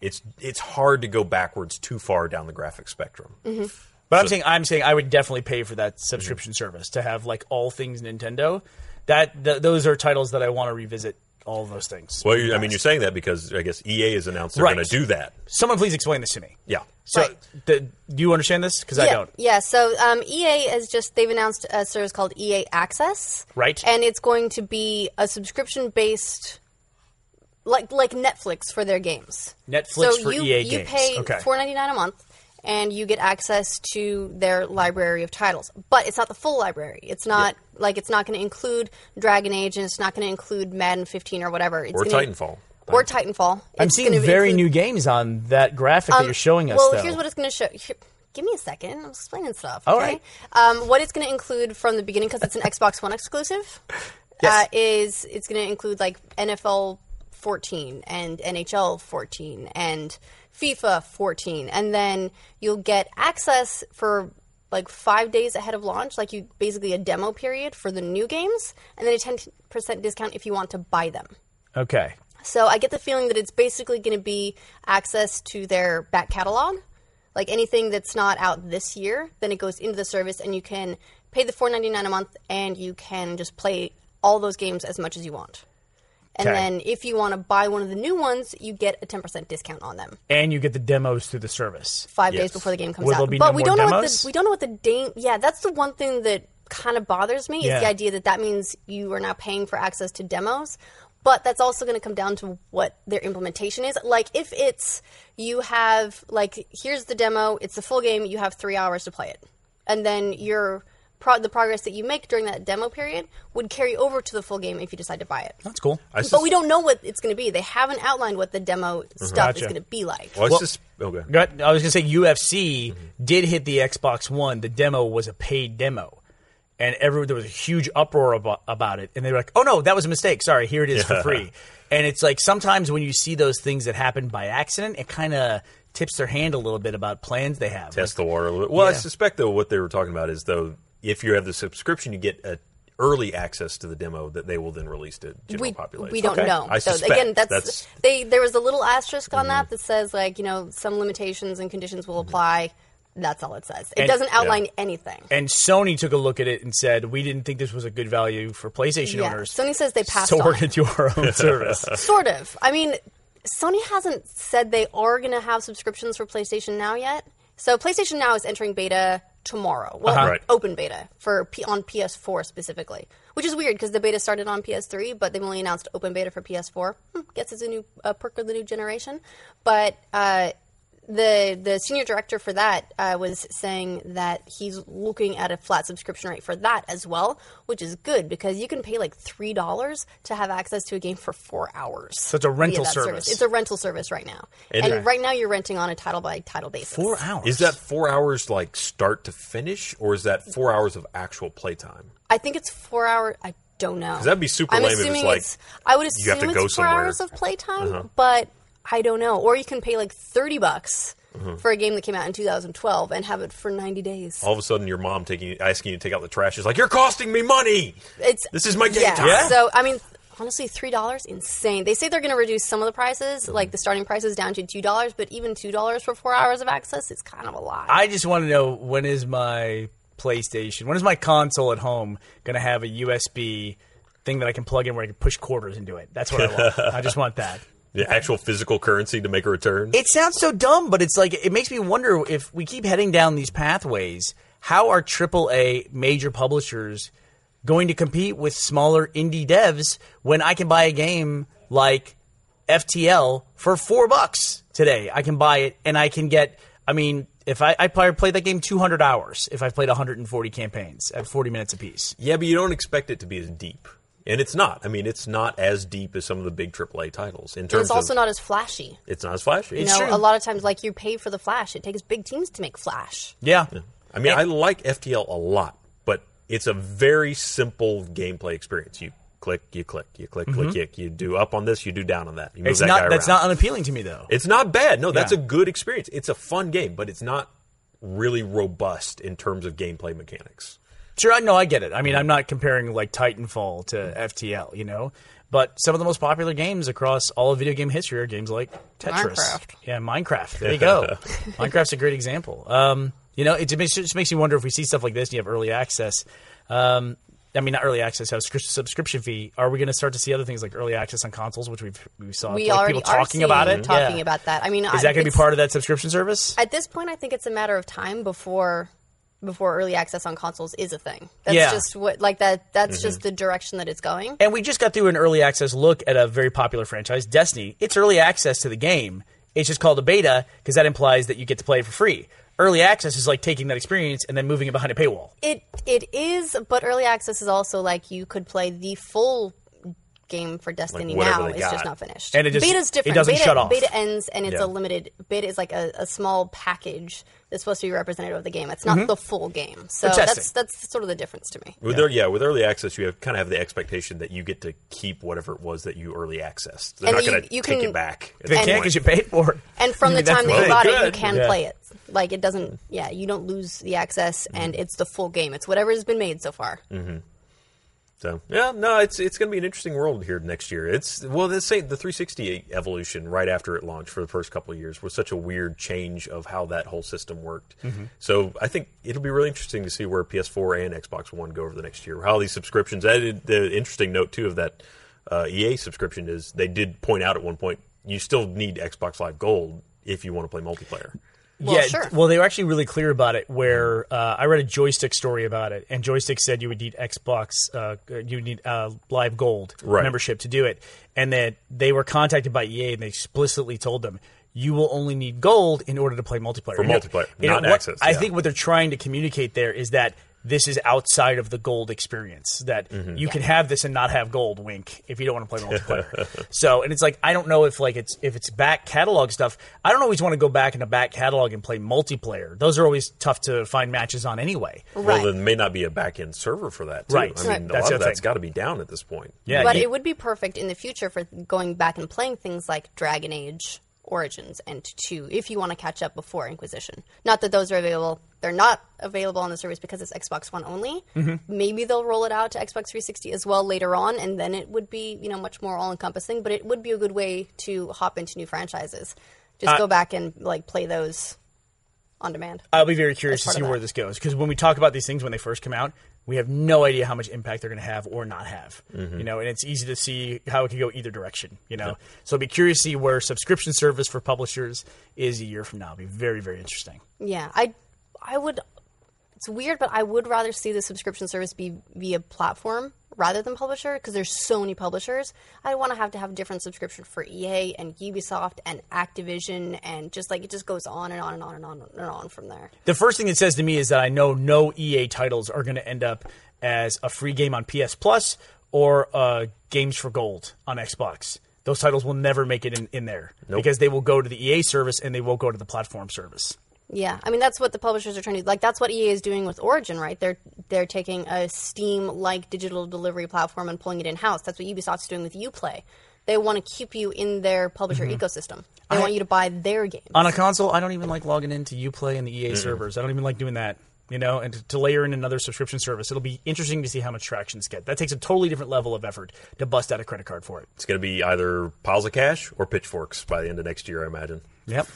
Speaker 2: It's it's hard to go backwards too far down the graphic spectrum.
Speaker 4: Mm-hmm. but I'm saying I'm saying I would definitely pay for that subscription service to have like all things Nintendo. That th- those are titles that I want to revisit. All of those things.
Speaker 2: Well, you I mean, you're saying that because I guess EA has announced they're
Speaker 4: Right.
Speaker 2: going to do that.
Speaker 4: Someone please explain this to me.
Speaker 2: Yeah.
Speaker 4: So,
Speaker 3: Right.
Speaker 4: th- do you understand this? Because I
Speaker 3: yeah,
Speaker 4: don't.
Speaker 3: Yeah, so um, EA has just they've announced a service called EA Access,
Speaker 4: Right.
Speaker 3: And it's going to be a subscription based, like like Netflix for their games.
Speaker 4: Netflix
Speaker 3: so
Speaker 4: for
Speaker 3: you,
Speaker 4: EA
Speaker 3: you
Speaker 4: games.
Speaker 3: pay
Speaker 4: Okay.
Speaker 3: four ninety nine a month, and you get access to their library of titles. But it's not the full library. It's not like it's not going to include Dragon Age, and it's not going to include Madden fifteen or whatever. It's
Speaker 2: Or
Speaker 3: gonna-
Speaker 2: Titanfall.
Speaker 3: Or Titanfall.
Speaker 4: I'm
Speaker 3: It's
Speaker 4: seeing
Speaker 3: gonna
Speaker 4: very
Speaker 3: include- Um,
Speaker 4: new games on that graphic that you're showing us.
Speaker 3: well,
Speaker 4: though.
Speaker 3: here's what it's going to show. Here, give me a second. I'm explaining stuff.
Speaker 4: All
Speaker 3: okay?
Speaker 4: right.
Speaker 3: Um, what it's going to include from the beginning, because it's an Xbox One exclusive, uh, is it's going to include like NFL 14 and NHL 14 and FIFA 14, and then you'll get access for like five days ahead of launch, like you basically a demo period for the new games, and then a 10% discount if you want to buy them.
Speaker 4: okay.
Speaker 3: So I get the feeling that it's basically going to be access to their back catalog. Like anything that's not out this year, then it goes into the service and you can pay the 4.99 a month and you can just play all those games as much as you want. And
Speaker 4: Okay.
Speaker 3: then if you want to buy one of the new ones, you get a 10% discount on them.
Speaker 4: And you get the demos through the service.
Speaker 3: 5
Speaker 2: Yes.
Speaker 3: days before the game comes
Speaker 4: Will
Speaker 3: out.
Speaker 4: there be
Speaker 3: but
Speaker 4: no
Speaker 3: we
Speaker 4: more
Speaker 3: don't know what
Speaker 4: demos?
Speaker 3: the we don't know what the date Yeah, that's the one thing that kind of bothers me
Speaker 4: Yeah.
Speaker 3: is the idea that that means you are now paying for access to demos. But that's also going to come down to what their implementation is. Like if it's you have like here's the demo, it's the full game, you have 3 hours to play it. And then your pro- the progress that you make during that demo period would carry over to the full game if you decide to buy it.
Speaker 4: That's cool.
Speaker 2: I
Speaker 3: But
Speaker 2: sus-
Speaker 3: we don't know what it's going to be. They haven't outlined what the demo stuff is
Speaker 4: Mm-hmm. Gotcha.
Speaker 3: going to be like.
Speaker 2: Well, I
Speaker 4: Well-
Speaker 2: sus- okay.
Speaker 4: Go ahead. I was gonna say UFC did hit the Xbox One. The demo was a paid demo, and every there was a huge uproar about, about it. And they were like, "Oh no, that was a mistake. Sorry, here it is for free." And it's like sometimes when you see those things that happen by accident, it kind of tips their hand a little bit about plans they have.
Speaker 2: test
Speaker 4: Like,
Speaker 2: the water a little bit. Well, I
Speaker 4: Yeah.
Speaker 2: suspect though what they were talking about is though if you have the subscription, you get a early access to the demo that they will then release to general
Speaker 3: we,
Speaker 2: population.
Speaker 3: we don't know.
Speaker 2: I
Speaker 3: so
Speaker 2: suspect
Speaker 3: again, that's,
Speaker 2: that's Mm-hmm.
Speaker 3: they. There was a little asterisk on that that says like you know some limitations and conditions will apply. That's all it says. It
Speaker 4: And-
Speaker 3: doesn't outline
Speaker 2: Yeah.
Speaker 3: anything.
Speaker 4: and Sony took a look at it and said, "We didn't think this was a good value for PlayStation
Speaker 3: Yeah.
Speaker 4: owners."
Speaker 3: Sony says they passed
Speaker 4: so
Speaker 3: on
Speaker 4: we're
Speaker 3: it.
Speaker 4: gonna do our own service.
Speaker 3: Sort of. I mean, Sony hasn't said they are going to have subscriptions for PlayStation Now yet. So PlayStation Now is entering beta tomorrow. Well,
Speaker 2: Uh-huh. Right.
Speaker 3: open beta for P- on PS4 specifically, which is weird because the beta started on PS3, but they've only announced open beta for PS4. Hmm, guess it's a new uh, perk of the new generation. But uh, the the senior director for that uh, was saying that he's looking at a flat subscription rate for that as well, which is good because you can pay like three dollars to have access to a game for four hours. So
Speaker 4: it's a rental service.
Speaker 3: It's a rental service right now, and, right now you're renting on a title by title basis.
Speaker 4: Four hours.
Speaker 2: is that four hours like start to finish, or is that four hours of actual playtime?
Speaker 3: I think it's four hour. I don't know.
Speaker 2: that'd be super
Speaker 3: I'm
Speaker 2: lame if it's
Speaker 3: assuming
Speaker 2: like,
Speaker 3: I would assume
Speaker 2: you have to go
Speaker 3: it's four
Speaker 2: somewhere. Uh-huh.
Speaker 3: hours of playtime, but I don't know. Or you can pay like thirty bucks
Speaker 2: Mm-hmm.
Speaker 3: for a game that came out in 2012 and have it for 90 days.
Speaker 2: All of a sudden, your mom taking asking you to take out the trash is like, "You're costing me money."
Speaker 3: It's
Speaker 2: This is my game
Speaker 3: yeah.
Speaker 2: time.
Speaker 3: So I mean, honestly, three dollars insane. They say they're going to reduce some of the prices,
Speaker 4: Mm-hmm.
Speaker 3: like the starting prices down to two dollars, but even two dollars for four hours of access is kind of a lot.
Speaker 4: I just want to know when is my PlayStation? When is my console at home going to have a USB thing that I can plug in where I can push quarters into it? That's what I want. I just want that.
Speaker 2: The actual physical currency to make a return.
Speaker 4: It sounds so dumb, but it's like it makes me wonder if we keep heading down these pathways, how are AAA major publishers going to compete with smaller indie devs when I can buy a game like FTL for four bucks today? I can buy it and I can get. I mean, if I, I probably played that game 200 hours, if I played 140 campaigns at 40 minutes apiece.
Speaker 2: yeah, but you don't expect it to be as deep. And it's not. I mean, it's not as deep as some of the big AAA titles in terms
Speaker 3: It's also
Speaker 2: of
Speaker 3: not as flashy.
Speaker 2: it's not as flashy.
Speaker 3: You know, a lot of times, like you pay for the flash. It takes big teams to make flash.
Speaker 4: Yeah.
Speaker 2: I mean, I like FTL a lot, but it's a very simple gameplay experience. You click, you click, you click, click, click. You do up on this, you do down on that. You move
Speaker 4: Mm-hmm. It's
Speaker 2: that
Speaker 4: not,
Speaker 2: guy
Speaker 4: that's
Speaker 2: around.
Speaker 4: not unappealing to me, though.
Speaker 2: It's not bad. No, that's
Speaker 4: Yeah.
Speaker 2: a good experience. It's a fun game, but it's not really robust in terms of gameplay mechanics.
Speaker 4: Sure, I know I get it. I mean, I'm not comparing like Titanfall to FTL, you know. But some of the most popular games across all of video game history are games like Tetris.
Speaker 3: Minecraft.
Speaker 4: Yeah, Minecraft. There you go. Minecraft's a great example. Um, you know, it just, just makes me wonder if we see stuff like this and you have early access. Um, I mean, not early access, have scri- subscription fee. Are we going to start to see other things like early access on consoles, which we've, we saw
Speaker 3: We
Speaker 4: like,
Speaker 3: already
Speaker 4: people
Speaker 3: are
Speaker 4: talking
Speaker 3: seeing
Speaker 4: about it?
Speaker 3: Talking
Speaker 4: Yeah.
Speaker 3: about that. I mean,
Speaker 4: Is that going to be
Speaker 3: it's-
Speaker 4: part of that subscription service?
Speaker 3: At this point, I think it's a matter of time before before early access on consoles is a thing. That's
Speaker 4: Yeah. Mm-hmm.
Speaker 3: just what like that. That's just the direction that it's going.
Speaker 4: And we just got through an early access look at a very popular franchise, Destiny. It's early access to the game. It's just called a beta because that implies that you get to play it for free. Early access is like taking that experience and then moving it behind a paywall.
Speaker 3: It it is, but early access is also like you could play the full game for Destiny
Speaker 2: whatever
Speaker 3: now.
Speaker 2: they
Speaker 3: It's
Speaker 2: got.
Speaker 3: just not finished.
Speaker 4: And it just-
Speaker 3: beta's
Speaker 4: it
Speaker 3: different.
Speaker 4: doesn't
Speaker 3: beta,
Speaker 4: shut off.
Speaker 3: Beta ends, and it's
Speaker 2: Yeah.
Speaker 3: a limited. Beta is like a, a small package that's supposed to be representative of the game. It's not the full game. So
Speaker 4: Mm-hmm. testing.
Speaker 3: that's that's sort of the difference to me.
Speaker 2: With yeah. yeah, with early access, you have kind of have the expectation that you get to keep whatever it was that you early accessed. They're
Speaker 3: And
Speaker 2: not
Speaker 3: you-
Speaker 2: going to
Speaker 3: you
Speaker 2: take
Speaker 3: can-
Speaker 2: it back. at
Speaker 4: They
Speaker 2: that point.
Speaker 4: can't because you paid for it.
Speaker 3: And from the
Speaker 4: That's
Speaker 3: time that
Speaker 4: really
Speaker 3: you bought it, you
Speaker 2: good.
Speaker 3: can
Speaker 4: Yeah. Mm.
Speaker 3: play it. Like it doesn't. Yeah, you don't lose the access,
Speaker 4: Mm-hmm.
Speaker 3: and it's the full game. It's whatever has been made so far.
Speaker 2: So yeah, no, it's it's going to be an interesting world here next year. It's well, the same the 360 evolution right after it launched for the first couple of years was such a weird change of how that whole system worked.
Speaker 4: Mm-hmm.
Speaker 2: So I think it'll be really interesting to see where PS4 and Xbox One go over the next year. How these subscriptions. That is- the interesting note too of that uh, EA subscription is they did point out at one point you still need Xbox Live Gold if you want to play multiplayer.
Speaker 3: Well,
Speaker 4: yeah,
Speaker 3: sure.
Speaker 4: well, they were actually really clear about it. Where uh, I read a joystick story about it, and joystick said you would need Xbox, uh, you would need uh, Live Gold
Speaker 2: Right.
Speaker 4: membership to do it, and that they were contacted by EA and they explicitly told them you will only need Gold in order to play multiplayer.
Speaker 2: For
Speaker 4: You know-
Speaker 2: multiplayer,
Speaker 4: you know,
Speaker 2: not
Speaker 4: what-
Speaker 2: access,
Speaker 4: I
Speaker 2: yeah.
Speaker 4: think what they're trying to communicate there is that. This is outside of the gold experience. That
Speaker 2: Mm-hmm.
Speaker 4: you can have this and not have gold. Wink. If you don't want to play multiplayer, so and it's like I don't know if like it's if it's back catalog stuff. I don't always want to go back in a back catalog and play multiplayer. Those are always tough to find matches on anyway.
Speaker 3: Right.
Speaker 2: Well, there may not be a back end server for that. Too.
Speaker 4: Right.
Speaker 2: I mean,
Speaker 4: Right.
Speaker 2: a lot
Speaker 4: That's the
Speaker 2: of
Speaker 4: other
Speaker 2: that's
Speaker 4: thing.
Speaker 2: got to be down at this point.
Speaker 4: Yeah,
Speaker 3: but
Speaker 4: you-
Speaker 3: it would be perfect in the future for going back and playing things like Dragon Age Origins and 2 if you want to catch up before Inquisition. Not that those are available. They're not available on the service because it's Xbox One only.
Speaker 4: Mm-hmm.
Speaker 3: Maybe they'll roll it out to Xbox 360 as well later on and then it would be, you know, much more all-encompassing, but it would be a good way to hop into new franchises. Just
Speaker 4: Uh,
Speaker 3: go back and like play those on demand.
Speaker 4: I'll be very curious to
Speaker 3: part
Speaker 4: see
Speaker 3: of
Speaker 4: where
Speaker 3: that.
Speaker 4: this goes because when we talk about these things when they first come out, we have no idea how much impact they're going to have or not have. You know, and it's easy to see how it could go either direction. You know, so I'll be curious to see where subscription service for publishers is a year from now. It'll be very very interesting.
Speaker 3: Yeah, I I would. It's weird, but I would rather see the subscription service be via platform rather than publisher because there's so many publishers. I want to have to have different subscription for EA and Ubisoft and Activision and just like it just goes on and on and on and on and on from there.
Speaker 4: The first thing it says to me is that I know no EA titles are going to end up as a free game on PS Plus or uh, games for gold on Xbox. Those titles will never make it in, in there because they will go to the EA service and they won't go to the platform service.
Speaker 3: Yeah, I mean that's what the publishers are trying to like. That's what EA is doing with Origin, right? They're they're taking a Steam-like digital delivery platform and pulling it in house. That's what Ubisoft's doing with UPlay. They want to keep you in their publisher ecosystem. They want you to buy their game.
Speaker 4: On a console, I don't even like logging into Uplay and the EA servers. I don't even like doing that. You know, and to, to layer in another subscription service, it'll be interesting to see how much traction it's get. That takes a totally different level of effort to bust out a credit card for it.
Speaker 2: It's going to be either piles of cash or pitchforks by the end of next year, I imagine.
Speaker 4: Yep.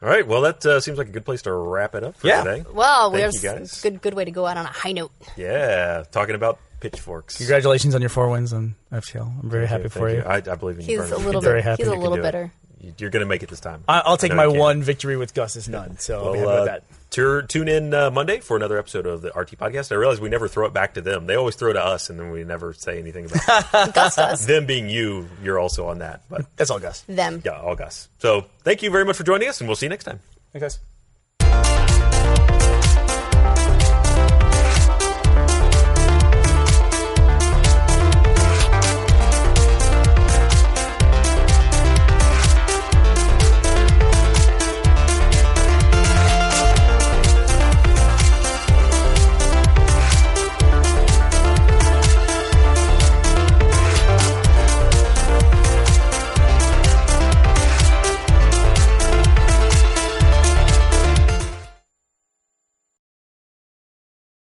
Speaker 2: All right. Well, that uh, seems like a good place to wrap it up for
Speaker 4: Yeah.
Speaker 2: today.
Speaker 3: Well, we
Speaker 2: Thank
Speaker 3: have
Speaker 2: you guys.
Speaker 3: s- good good way to go out on a high note.
Speaker 2: Yeah, talking about pitchforks.
Speaker 4: Congratulations on your four wins on FTL. I'm very happy
Speaker 2: Thank
Speaker 4: for you.
Speaker 2: I, I believe in you.
Speaker 3: He's
Speaker 2: Vernon.
Speaker 3: a little
Speaker 4: Very
Speaker 3: bit.
Speaker 4: happy
Speaker 3: He's
Speaker 4: you
Speaker 3: a
Speaker 4: can
Speaker 3: little
Speaker 2: do it.
Speaker 3: better.
Speaker 2: You- You're going to make it this time.
Speaker 4: I, I'll take
Speaker 2: know
Speaker 4: my
Speaker 2: you can.
Speaker 4: one victory with Gus is none, so I'll be happy
Speaker 2: Well,
Speaker 4: about
Speaker 2: uh,
Speaker 4: that.
Speaker 2: tur- tune in uh, Monday for another episode of the RT podcast. I realize we never throw it back to them. They always throw it to us, and then we never say anything about
Speaker 3: Gus does
Speaker 2: them being you. You're also on that, but
Speaker 4: That's all, Gus.
Speaker 3: them.
Speaker 2: yeah, all Gus. So thank you very much for joining us, and we'll see you next time.
Speaker 4: Thanks, guys.